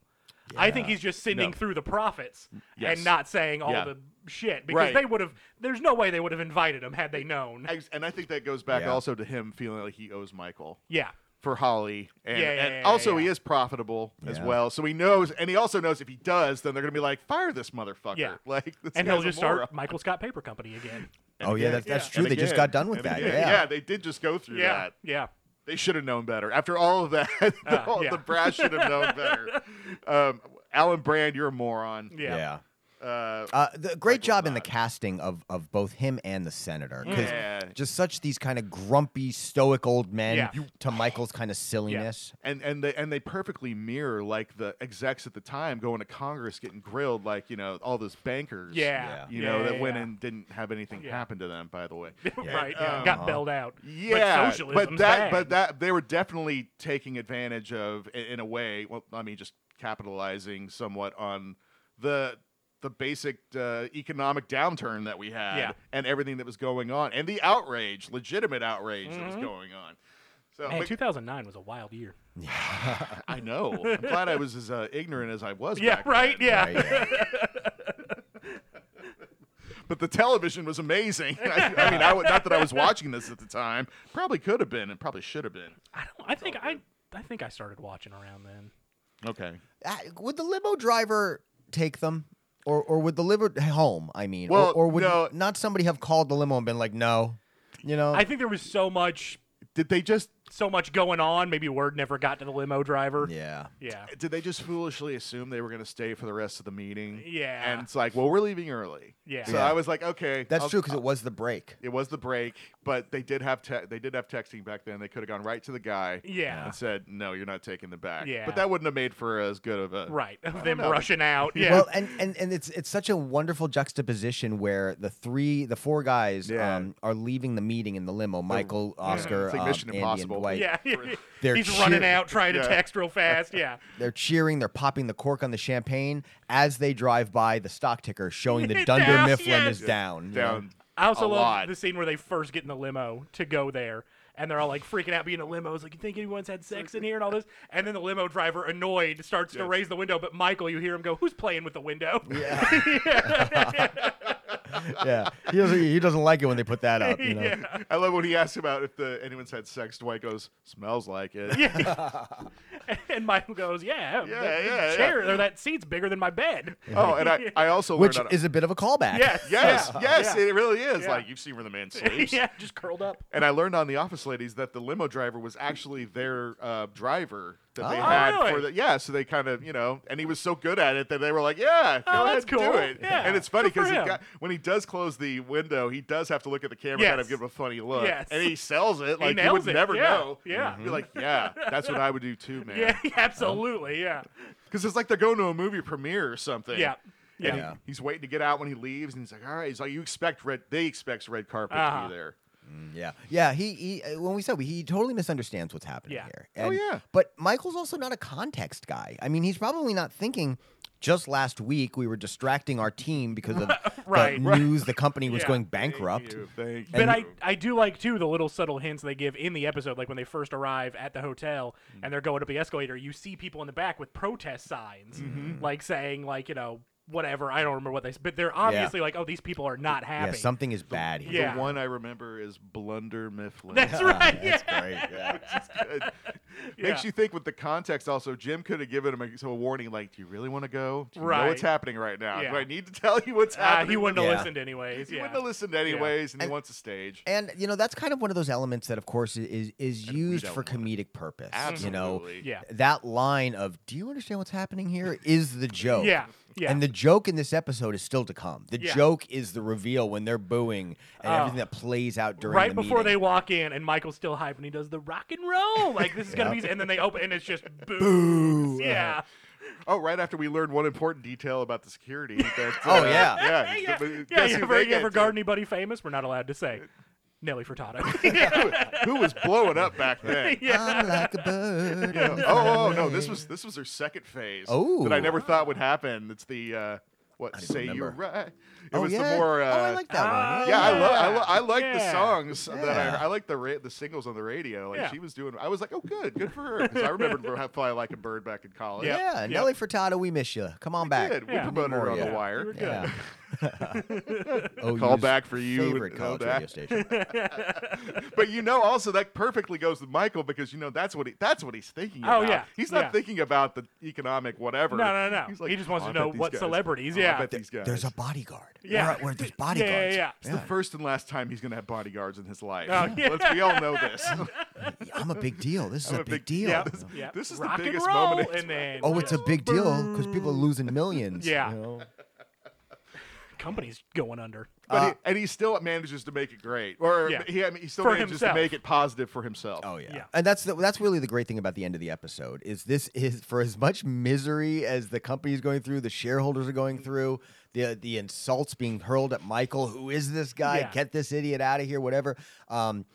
S6: I think he's just sending
S5: No.
S6: through the profits
S5: Yes.
S6: and not saying all
S5: Yeah.
S6: the shit because
S5: Right.
S6: they would have. There's no way they would have invited him had they known.
S5: Ex- and I think that goes back
S4: Yeah.
S5: also to him feeling like he owes Michael
S6: yeah.
S5: for Holly, and,
S6: Yeah, yeah,
S5: and
S6: yeah,
S5: also
S6: yeah.
S5: he is profitable as
S4: Yeah.
S5: well. So he knows, and he also knows if he does, then they're gonna be like, fire this motherfucker.
S6: Yeah.
S5: Like, this
S6: And he'll
S5: guy's a
S6: just start
S5: moron.
S6: Michael Scott Paper Company again.
S4: Oh yeah, that's, that's
S6: Yeah.
S4: true.
S5: And
S4: They just
S5: again,
S4: got done with
S5: and
S4: that.
S5: again.
S4: yeah.
S5: they did just go through
S6: yeah.
S5: that.
S6: Yeah.
S5: They should have known better. After all of that,
S6: Uh,
S5: all-
S6: yeah.
S5: the brass should have known better. Um, Alan Brand, you're a moron. Uh,
S6: Yeah.
S4: Uh, the great
S5: Michael's
S4: job in the
S5: not.
S4: casting of of both him and the senator. 'cause
S5: Yeah.
S4: Just such these kind of grumpy, stoic old men
S6: Yeah. You-
S4: to Michael's kind of silliness.
S5: and and they and they perfectly mirror like the execs at the time going to Congress getting grilled like you know all those bankers
S6: Yeah.
S5: you
S6: Yeah,
S5: know
S6: yeah,
S5: that went
S6: yeah.
S5: and didn't have anything
S6: Yeah.
S5: happen to them by the way
S6: right. Yeah.
S5: Um,
S6: Got bailed out.
S5: yeah
S6: But socialism's
S5: but that
S6: bad.
S5: but that they were definitely taking advantage of in, in a way well I mean just capitalizing somewhat on the the basic uh, economic downturn that we had
S6: Yeah.
S5: and everything that was going on and the outrage legitimate outrage that
S6: Mm-hmm.
S5: was going on so
S6: Man,
S5: but-
S6: 2009 was a wild year.
S5: I know. I'm glad I was as uh, ignorant as I was.
S6: Yeah,
S5: back
S6: right?
S5: then.
S6: Yeah.
S4: Right, yeah.
S5: But the television was amazing. I, I mean, I would, not that I was watching this at the time. Probably could have been, and probably should have been.
S6: I don't. I think I. I think I started watching around then.
S5: Okay.
S4: Uh, would the limo driver take them? Or, or would the limo home? I mean,
S5: Well,
S4: or, or would
S5: no.
S4: not somebody have called the limo and been like, no, you know?
S6: I think there was so much,
S5: Did they just?
S6: so much going on. Maybe word never got to the limo driver.
S4: yeah,
S6: Yeah.
S5: Did they just foolishly assume they were going to stay for the rest of the meeting?
S6: Yeah.
S5: And it's like, well, we're leaving early.
S6: Yeah.
S5: So
S4: Yeah.
S5: I was like, okay,
S4: that's
S5: I'll-
S4: true because it was the break.
S5: It was the break, but they did have te- they did have texting back then. They could have gone right to the guy.
S6: Yeah.
S5: And said, no, you're not taking them back.
S6: Yeah.
S5: But that wouldn't have made for as good of a
S6: Right. Of them
S5: know.
S6: rushing out. Yeah.
S4: Well, and, and and it's it's such a wonderful juxtaposition where the three, the four guys
S5: Yeah.
S4: um, are leaving the meeting in the limo. Michael, Oscar,
S5: It's like
S4: um,
S5: Mission
S4: Andy, and
S5: Impossible.
S4: Dwight.
S6: yeah.
S4: They're
S6: He's running
S4: cheer-
S6: out trying
S5: Yeah.
S6: to text real fast. Yeah.
S4: They're cheering. They're popping the cork on the champaign as they drive by the stock ticker showing the
S6: It's
S4: Dunder
S6: down,
S4: Mifflin
S6: yes.
S4: is down. you know?
S5: down.
S6: I
S5: a
S6: also love
S5: lot.
S6: the scene where they first get in the limo to go there. And they're all like freaking out being a limo. It's like, you think anyone's had sex in here and all this? And then the limo driver, annoyed, starts to
S5: Yes.
S6: raise the window. But Michael, you hear him go, Who's playing with the window?
S4: Yeah, he doesn't. He doesn't like it when they put that up. You know?
S6: yeah.
S5: I love when he asks about if the anyone's had sex. Dwight goes, "Smells like it."
S6: And Michael goes, Yeah,
S5: Yeah,
S6: that
S5: yeah, yeah.
S6: chair or that seat's bigger than my bed.
S5: Oh, and I, I also
S4: Which
S5: learned.
S4: is a bit of a callback.
S6: Yes.
S5: yes,
S6: yeah,
S5: yes,
S6: yeah.
S5: it really is.
S6: Yeah.
S5: Like you've seen where the man sleeps.
S6: yeah, just curled up.
S5: And I learned on The Office Ladies that the limo driver was actually their uh, driver that they
S4: Oh,
S5: had
S6: really?
S5: for the yeah. So they kind of you know, and he was so good at it that they were like, yeah, go
S6: Oh,
S5: ahead
S6: that's
S5: and do
S6: cool.
S5: it.
S6: Yeah.
S5: And it's funny
S6: Good for
S5: because
S6: him.
S5: when he does close the window, he does have to look at the camera, kind of
S6: Yes.
S5: give him a funny look,
S6: Yes.
S5: and he sells it like you
S6: nails
S5: would
S6: it.
S5: never
S6: Yeah.
S5: know.
S6: Yeah.
S5: you're like, yeah, that's what I would do too, man.
S6: Yeah, absolutely. Yeah.
S5: Because it's like they're going to a movie premiere or something.
S6: Yeah.
S5: And he-
S4: Yeah.
S5: he's waiting to get out when he leaves, and he's like, "All right." He's like, "You expect red? They expect red carpet to
S6: Uh-huh.
S5: be there."
S4: Mm, Yeah, yeah. He, he uh, when we said we, he totally misunderstands what's happening
S6: Yeah.
S4: here.
S5: Oh, yeah.
S4: But Michael's also not a context guy. I mean, he's probably not thinking. Just last week, we were distracting our team because of
S6: Right,
S4: the
S6: right.
S4: news the company was
S6: Yeah.
S4: going bankrupt.
S5: You think-
S6: But I,
S5: you.
S6: I do like too the little subtle hints they give in the episode, like when they first arrive at the hotel and they're going up the escalator. You see people in the back with protest signs, like saying like you know whatever. I don't remember what they, s- but they're obviously like, oh, these people are not happy.
S4: Yeah, something is bad here.
S5: The
S6: Yeah.
S5: one I remember is Blunder Mifflin.
S6: That's right. Yeah.
S4: That's great. Yeah.
S5: Makes
S6: Yeah.
S5: you think with the context also, Jim could have given him a, so a warning like, do you really want to go? Do you know what's
S6: Right.
S5: happening right now?
S6: Yeah.
S5: Do I need to tell you what's
S6: Uh,
S5: happening?
S6: he wouldn't have
S4: Yeah.
S6: listened anyways.
S5: He
S6: yeah.
S5: wouldn't have listened anyways, and,
S4: And-
S5: he wants a stage.
S4: And you know that's kind of one of those elements that, of course, i- is is
S5: we
S4: used
S5: don't
S4: for
S5: want
S4: comedic purpose.
S5: Absolutely.
S4: You know,
S6: Yeah.
S4: that line of "Do you understand what's happening here?" is the joke.
S6: Yeah, yeah.
S4: And the joke in this episode is still to come. The
S6: Yeah.
S4: joke is the reveal when they're booing and
S6: Oh.
S4: everything that plays out during
S6: right
S4: the
S6: before they
S4: meeting.
S6: walk in, and Michael's still hype, and he does the rock and roll. Like this is gonna be, and then they open, and it's just boo.
S4: Boo.
S6: Yeah,
S5: Oh, right after we learned one important detail about the security. that,
S4: Oh,
S5: uh,
S4: yeah.
S5: Yeah.
S6: Hey, yeah,
S5: but
S6: yeah.
S5: guess
S6: you
S5: who
S6: ever,
S5: they
S6: you
S5: get
S6: ever
S5: to?
S6: guard anybody famous? We're not allowed to say. Nelly Furtado.
S5: Who was blowing up back then?
S6: yeah.
S4: I'm like a bird.
S5: Yeah. Oh, oh, oh, no! This was this was their second phase that I
S4: Oh.
S5: never thought would happen. It's the uh, what say you're
S4: remember.
S5: right. It
S4: oh,
S5: was
S4: yeah?
S5: the more. Uh,
S4: oh, I like that one.
S5: yeah, I
S6: Ah, Yeah.
S5: love. I, lo- I like the
S6: Yeah.
S5: songs that
S4: Yeah.
S5: I, I like the ra- the singles on the radio. Like
S6: Yeah.
S5: she was doing. I was like, oh, good, good for her. 'Cause I remember how probably like a bird back in college.
S4: Yeah,
S6: Yeah.
S4: yeah. Nelly Furtado, we miss you. Come on back.
S5: Good. We
S6: Yeah.
S5: promoted her on
S4: Yeah.
S5: the wire.
S6: good.
S4: Yeah. oh,
S5: Call back for you
S4: Favorite
S5: and
S4: college
S5: all that.
S4: radio station.
S5: But you know, also that perfectly goes with Michael because you know that's what he that's what he's thinking.
S6: Oh,
S5: about.
S6: yeah.
S5: he's not
S6: Yeah.
S5: thinking about the economic whatever.
S6: No, no, no.
S5: He's like,
S6: He just wants
S5: "Oh,
S6: to
S5: I bet
S6: know
S5: these
S6: what
S5: guys-
S6: celebrities,
S5: oh, I
S6: yeah.
S5: bet
S6: Th-
S5: these guys.
S4: There's a bodyguard.
S6: Yeah.
S4: Where, where there's
S6: Yeah, yeah,
S4: bodyguards.
S6: yeah. It's
S5: It's the first and last time he's going to have bodyguards in his life.
S6: Oh, yeah.
S5: Let's, we all know this.
S4: I'm a big deal. This is
S5: I'm
S4: a
S5: a
S4: big,
S5: big-
S4: deal.
S6: yeah.
S5: Yeah. This is the
S6: Rock
S5: biggest
S6: and roll,
S5: moment in-
S6: And then,
S4: Oh, it's a big deal because people are losing millions.
S6: Yeah.
S4: you know?
S6: company's going under.
S5: But he, and he still manages to make it great, or
S6: Uh, Yeah.
S5: he, I mean, he still
S6: For
S5: manages
S6: himself.
S5: to make it positive for himself.
S4: Oh yeah.
S6: Yeah.
S4: and that's the, that's really the great thing about the end of the episode is this is for as much misery as the company's going through, the shareholders are going through, the the insults being hurled at Michael, who is this guy?
S6: Yeah.
S4: Get this idiot out of here, whatever. Um,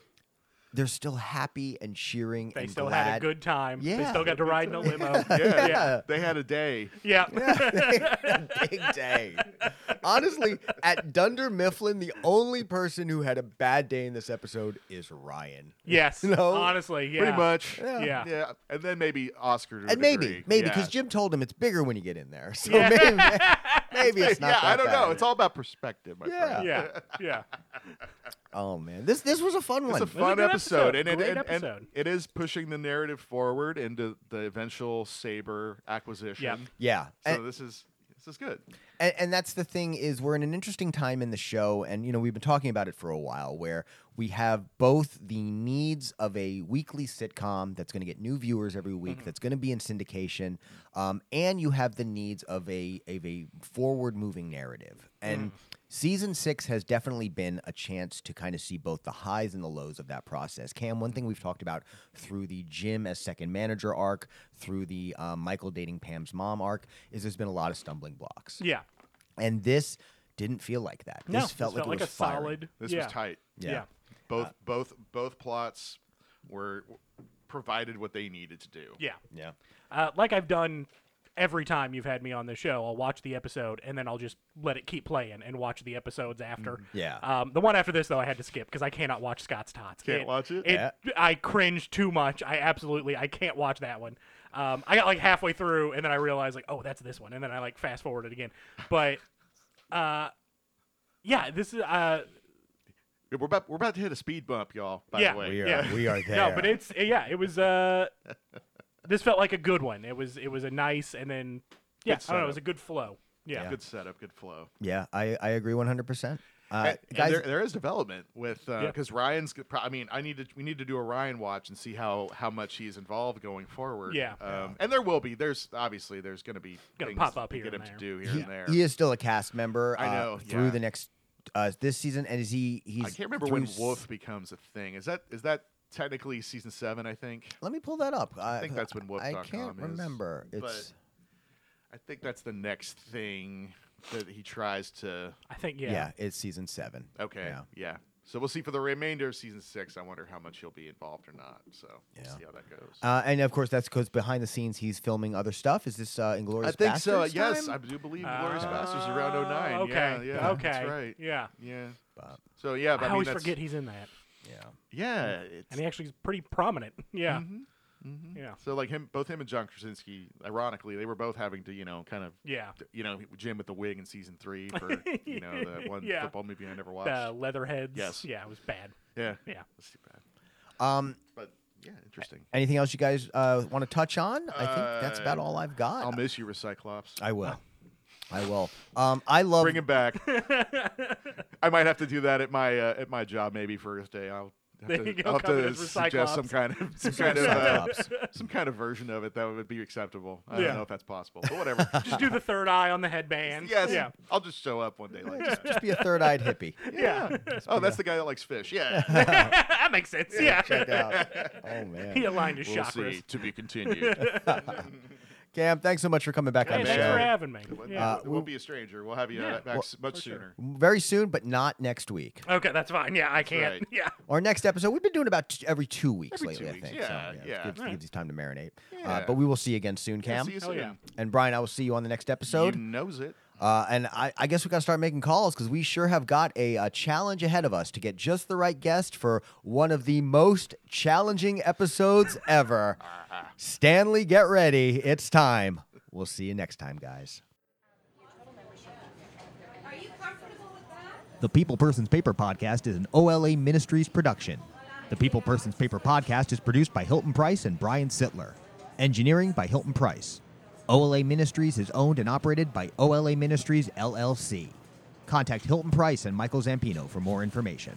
S4: they're still happy and cheering.
S6: They
S4: and
S6: still
S4: glad.
S6: had a good time. They
S4: Yeah.
S6: still got to ride in a limo.
S5: Yeah,
S4: Yeah.
S5: they had a day.
S6: Yeah.
S4: big day. Honestly, at Dunder Mifflin, the only person who had a bad day in this episode is Ryan.
S6: Yes.
S4: No.
S6: Honestly, yeah.
S5: Pretty much.
S4: Yeah.
S6: Yeah.
S5: Yeah. And then maybe Oscar. To a
S4: And maybe,
S5: degree.
S4: maybe
S5: Yeah.
S4: because Jim told him it's bigger when you get in there, so
S6: Yeah.
S4: maybe, maybe it's not.
S5: yeah,
S4: that
S5: I don't
S4: bad.
S5: know. It's all about perspective, my
S4: Yeah.
S5: friend.
S6: Yeah. Yeah.
S4: oh man, this this was a fun one.
S5: It's a fun
S6: good
S5: episode,
S6: episode.
S5: and, it,
S6: Great
S5: and, and
S6: episode.
S5: it is pushing the narrative forward into the eventual Saber acquisition.
S6: Yep.
S4: yeah,
S5: So
S4: and,
S5: this is this is good.
S4: and and that's the thing is we're in an interesting time in the show, and you know we've been talking about it for a while, where we have both the needs of a weekly sitcom that's going to get new viewers every week, that's going to be in syndication, um, and you have the needs of a of a forward moving narrative, and. Season six has definitely been a chance to kind of see both the highs and the lows of that process. Cam, one thing we've talked about through the Jim as second manager arc, through the um, Michael dating Pam's mom arc, is there's been a lot of stumbling blocks.
S6: Yeah.
S4: And this didn't feel like that.
S6: No.
S4: this felt like it was
S6: a
S4: firing.
S6: solid.
S5: This
S6: yeah.
S5: was tight.
S4: Yeah.
S6: Yeah.
S5: Both
S4: Uh,
S5: both both plots were provided what they needed to do.
S6: Yeah.
S4: Yeah.
S6: Uh, like I've done every time you've had me on the show, I'll watch the episode and then I'll just let it keep playing and watch the episodes after.
S4: Mm-hmm. Yeah.
S6: Um, the one after this though, I had to skip because I cannot watch Scott's Tots.
S5: Can't watch it?
S4: Yeah.
S6: I cringe too much. I absolutely I can't watch that one. Um, I got like halfway through and then I realized like, oh, that's this one, and then I like fast forward it again. But, uh, yeah, this is uh,
S5: We're about we're about to hit a speed bump, y'all. By
S6: yeah,
S5: the way,
S4: We are-
S6: yeah.
S4: we are
S6: No,
S4: there.
S6: but it's eh, yeah, it was uh, this felt like a good one. It was it was a nice and then yeah,
S5: Good
S6: I don't know, it
S5: setup.
S6: was a good flow. Yeah,
S5: good setup, good flow.
S4: Yeah, I, I agree 100%. Uh,
S5: And- and
S4: guys,
S5: there, there is development with
S6: Yeah.
S5: because Ryan's. g- pro- I mean, I need to. We need to do a Ryan watch and see how how much he's involved going forward.
S6: Yeah.
S5: Um, And there will be. There's obvly there's going to be
S6: Gonna
S5: things
S6: pop up
S5: to
S6: here
S5: get
S6: and
S5: him to
S6: there.
S5: do here
S4: he,
S5: and there.
S4: he is still a cast member.
S5: I
S4: uh,
S5: know,
S4: through
S5: yeah.
S4: the next uh, this season, and is he? He's
S5: I can't remember
S4: through
S5: when
S4: s-
S5: Wolf becomes a thing. Is that is that technically season seven? I think.
S4: Let me pull that up. Uh,
S5: I think that's when
S4: I
S5: Wolf.com
S4: can't
S5: is,
S4: remember.
S5: but-
S4: It's
S5: I think that's the next thing that he tries to.
S6: I think
S4: yeah.
S6: yeah.
S4: it's season seven.
S5: Okay. Yeah.
S4: Yeah.
S5: So we'll see for the remainder of season six. I wonder how much he'll be involved or not. So we'll
S4: Yeah.
S5: see how that goes.
S4: Uh, and of course, that's because behind the scenes he's filming other stuff. Is this uh, Inglorious?
S5: I think so.
S4: Bastards
S5: Yes, I
S4: time?
S5: do believe Glorious
S6: Uh,
S5: Bastards around 09.
S6: Okay.
S5: Yeah, yeah,
S6: okay.
S5: That's right.
S6: Yeah.
S5: Yeah.
S4: But,
S5: So yeah, but
S6: I,
S5: I, mean,
S6: always
S5: that's-
S6: forget he's in that.
S4: yeah.
S5: Yeah. It's,
S6: And he actually is pretty prominent. Yeah.
S5: Mhm, mhm.
S6: Yeah.
S5: So like him, both him and John Krasinski, ironically, they were both having to, you know, kind of,
S6: Yeah.
S5: you know, Jim with the wig in season three for, you know, the one
S6: Yeah.
S5: football movie I never watched.
S6: The leatherheads.
S5: Yes.
S6: Yeah, it was bad.
S5: yeah.
S6: Yeah.
S5: That's too bad.
S4: Um,
S5: But yeah, interesting.
S4: anything else you guys uh, want to touch on? I think that's about all I've got.
S5: Uh, I'll miss you, Recyclops.
S4: I will. I will. Um, I love.
S5: Bring him back. I might have to do that at my uh, at my job maybe for a day. I'll have
S6: There
S5: to,
S6: you go,
S5: I'll have
S6: come in
S5: to
S6: as
S5: suggest some
S6: Recyclops.
S5: kind of some kind of uh, some kind of version of it that would be acceptable. I
S6: Yeah.
S5: don't know if that's possible, but whatever.
S6: Just do the third eye on the headband.
S5: yes,
S6: Yeah.
S5: I'll just show up one day like that.
S4: Just be a third-eyed hippie.
S5: Yeah. Oh, that's the guy that likes fish. Yeah.
S6: that makes sense. Yeah.
S4: Check out. Oh man.
S6: he aligned his
S5: we'll
S6: chakras.
S5: see. To be continued.
S4: Cam, thanks so much for coming back
S6: Hey,
S4: on the
S6: thanks
S4: show.
S6: for having me. Yeah.
S5: it won't be a stranger. We'll have you
S6: Yeah.
S5: uh, back
S6: Well,
S5: s- much
S6: for
S5: sooner.
S6: sure.
S4: Very soon, but not next week.
S6: okay, that's fine. Yeah, I can't.
S5: right.
S6: Yeah.
S4: Our next episode, we've been doing about t- every two weeks
S5: Every
S4: lately,
S5: two
S4: I
S5: weeks,
S4: think.
S5: yeah,
S4: so, yeah,
S5: yeah.
S4: It gives,
S6: Right.
S4: gives you time to marinate.
S5: Yeah.
S4: Uh, but we will see you again soon, Cam.
S5: See you
S6: Hell
S5: soon.
S6: yeah.
S4: And Brian, I will see you on the next
S5: You
S4: episode.
S5: knows it.
S4: Uh, and I, I guess we got to start making calls because we sure have got a, uh challenge ahead of us to get just the right guest for one of the most challenging episodes ever. Stanley, get ready. It's time. We'll see you next time, guys.
S3: Are you comfortable with that?
S4: The People Persons Paper podcast is an OLA Ministries production. The People Persons Paper podcast is produced by Hilton Price and Brian Sittler. Engineering by Hilton Price. OLA Ministries is owned and operated by OLA Ministries LLC. Contact Hilton Price and Michael Zampino for more information.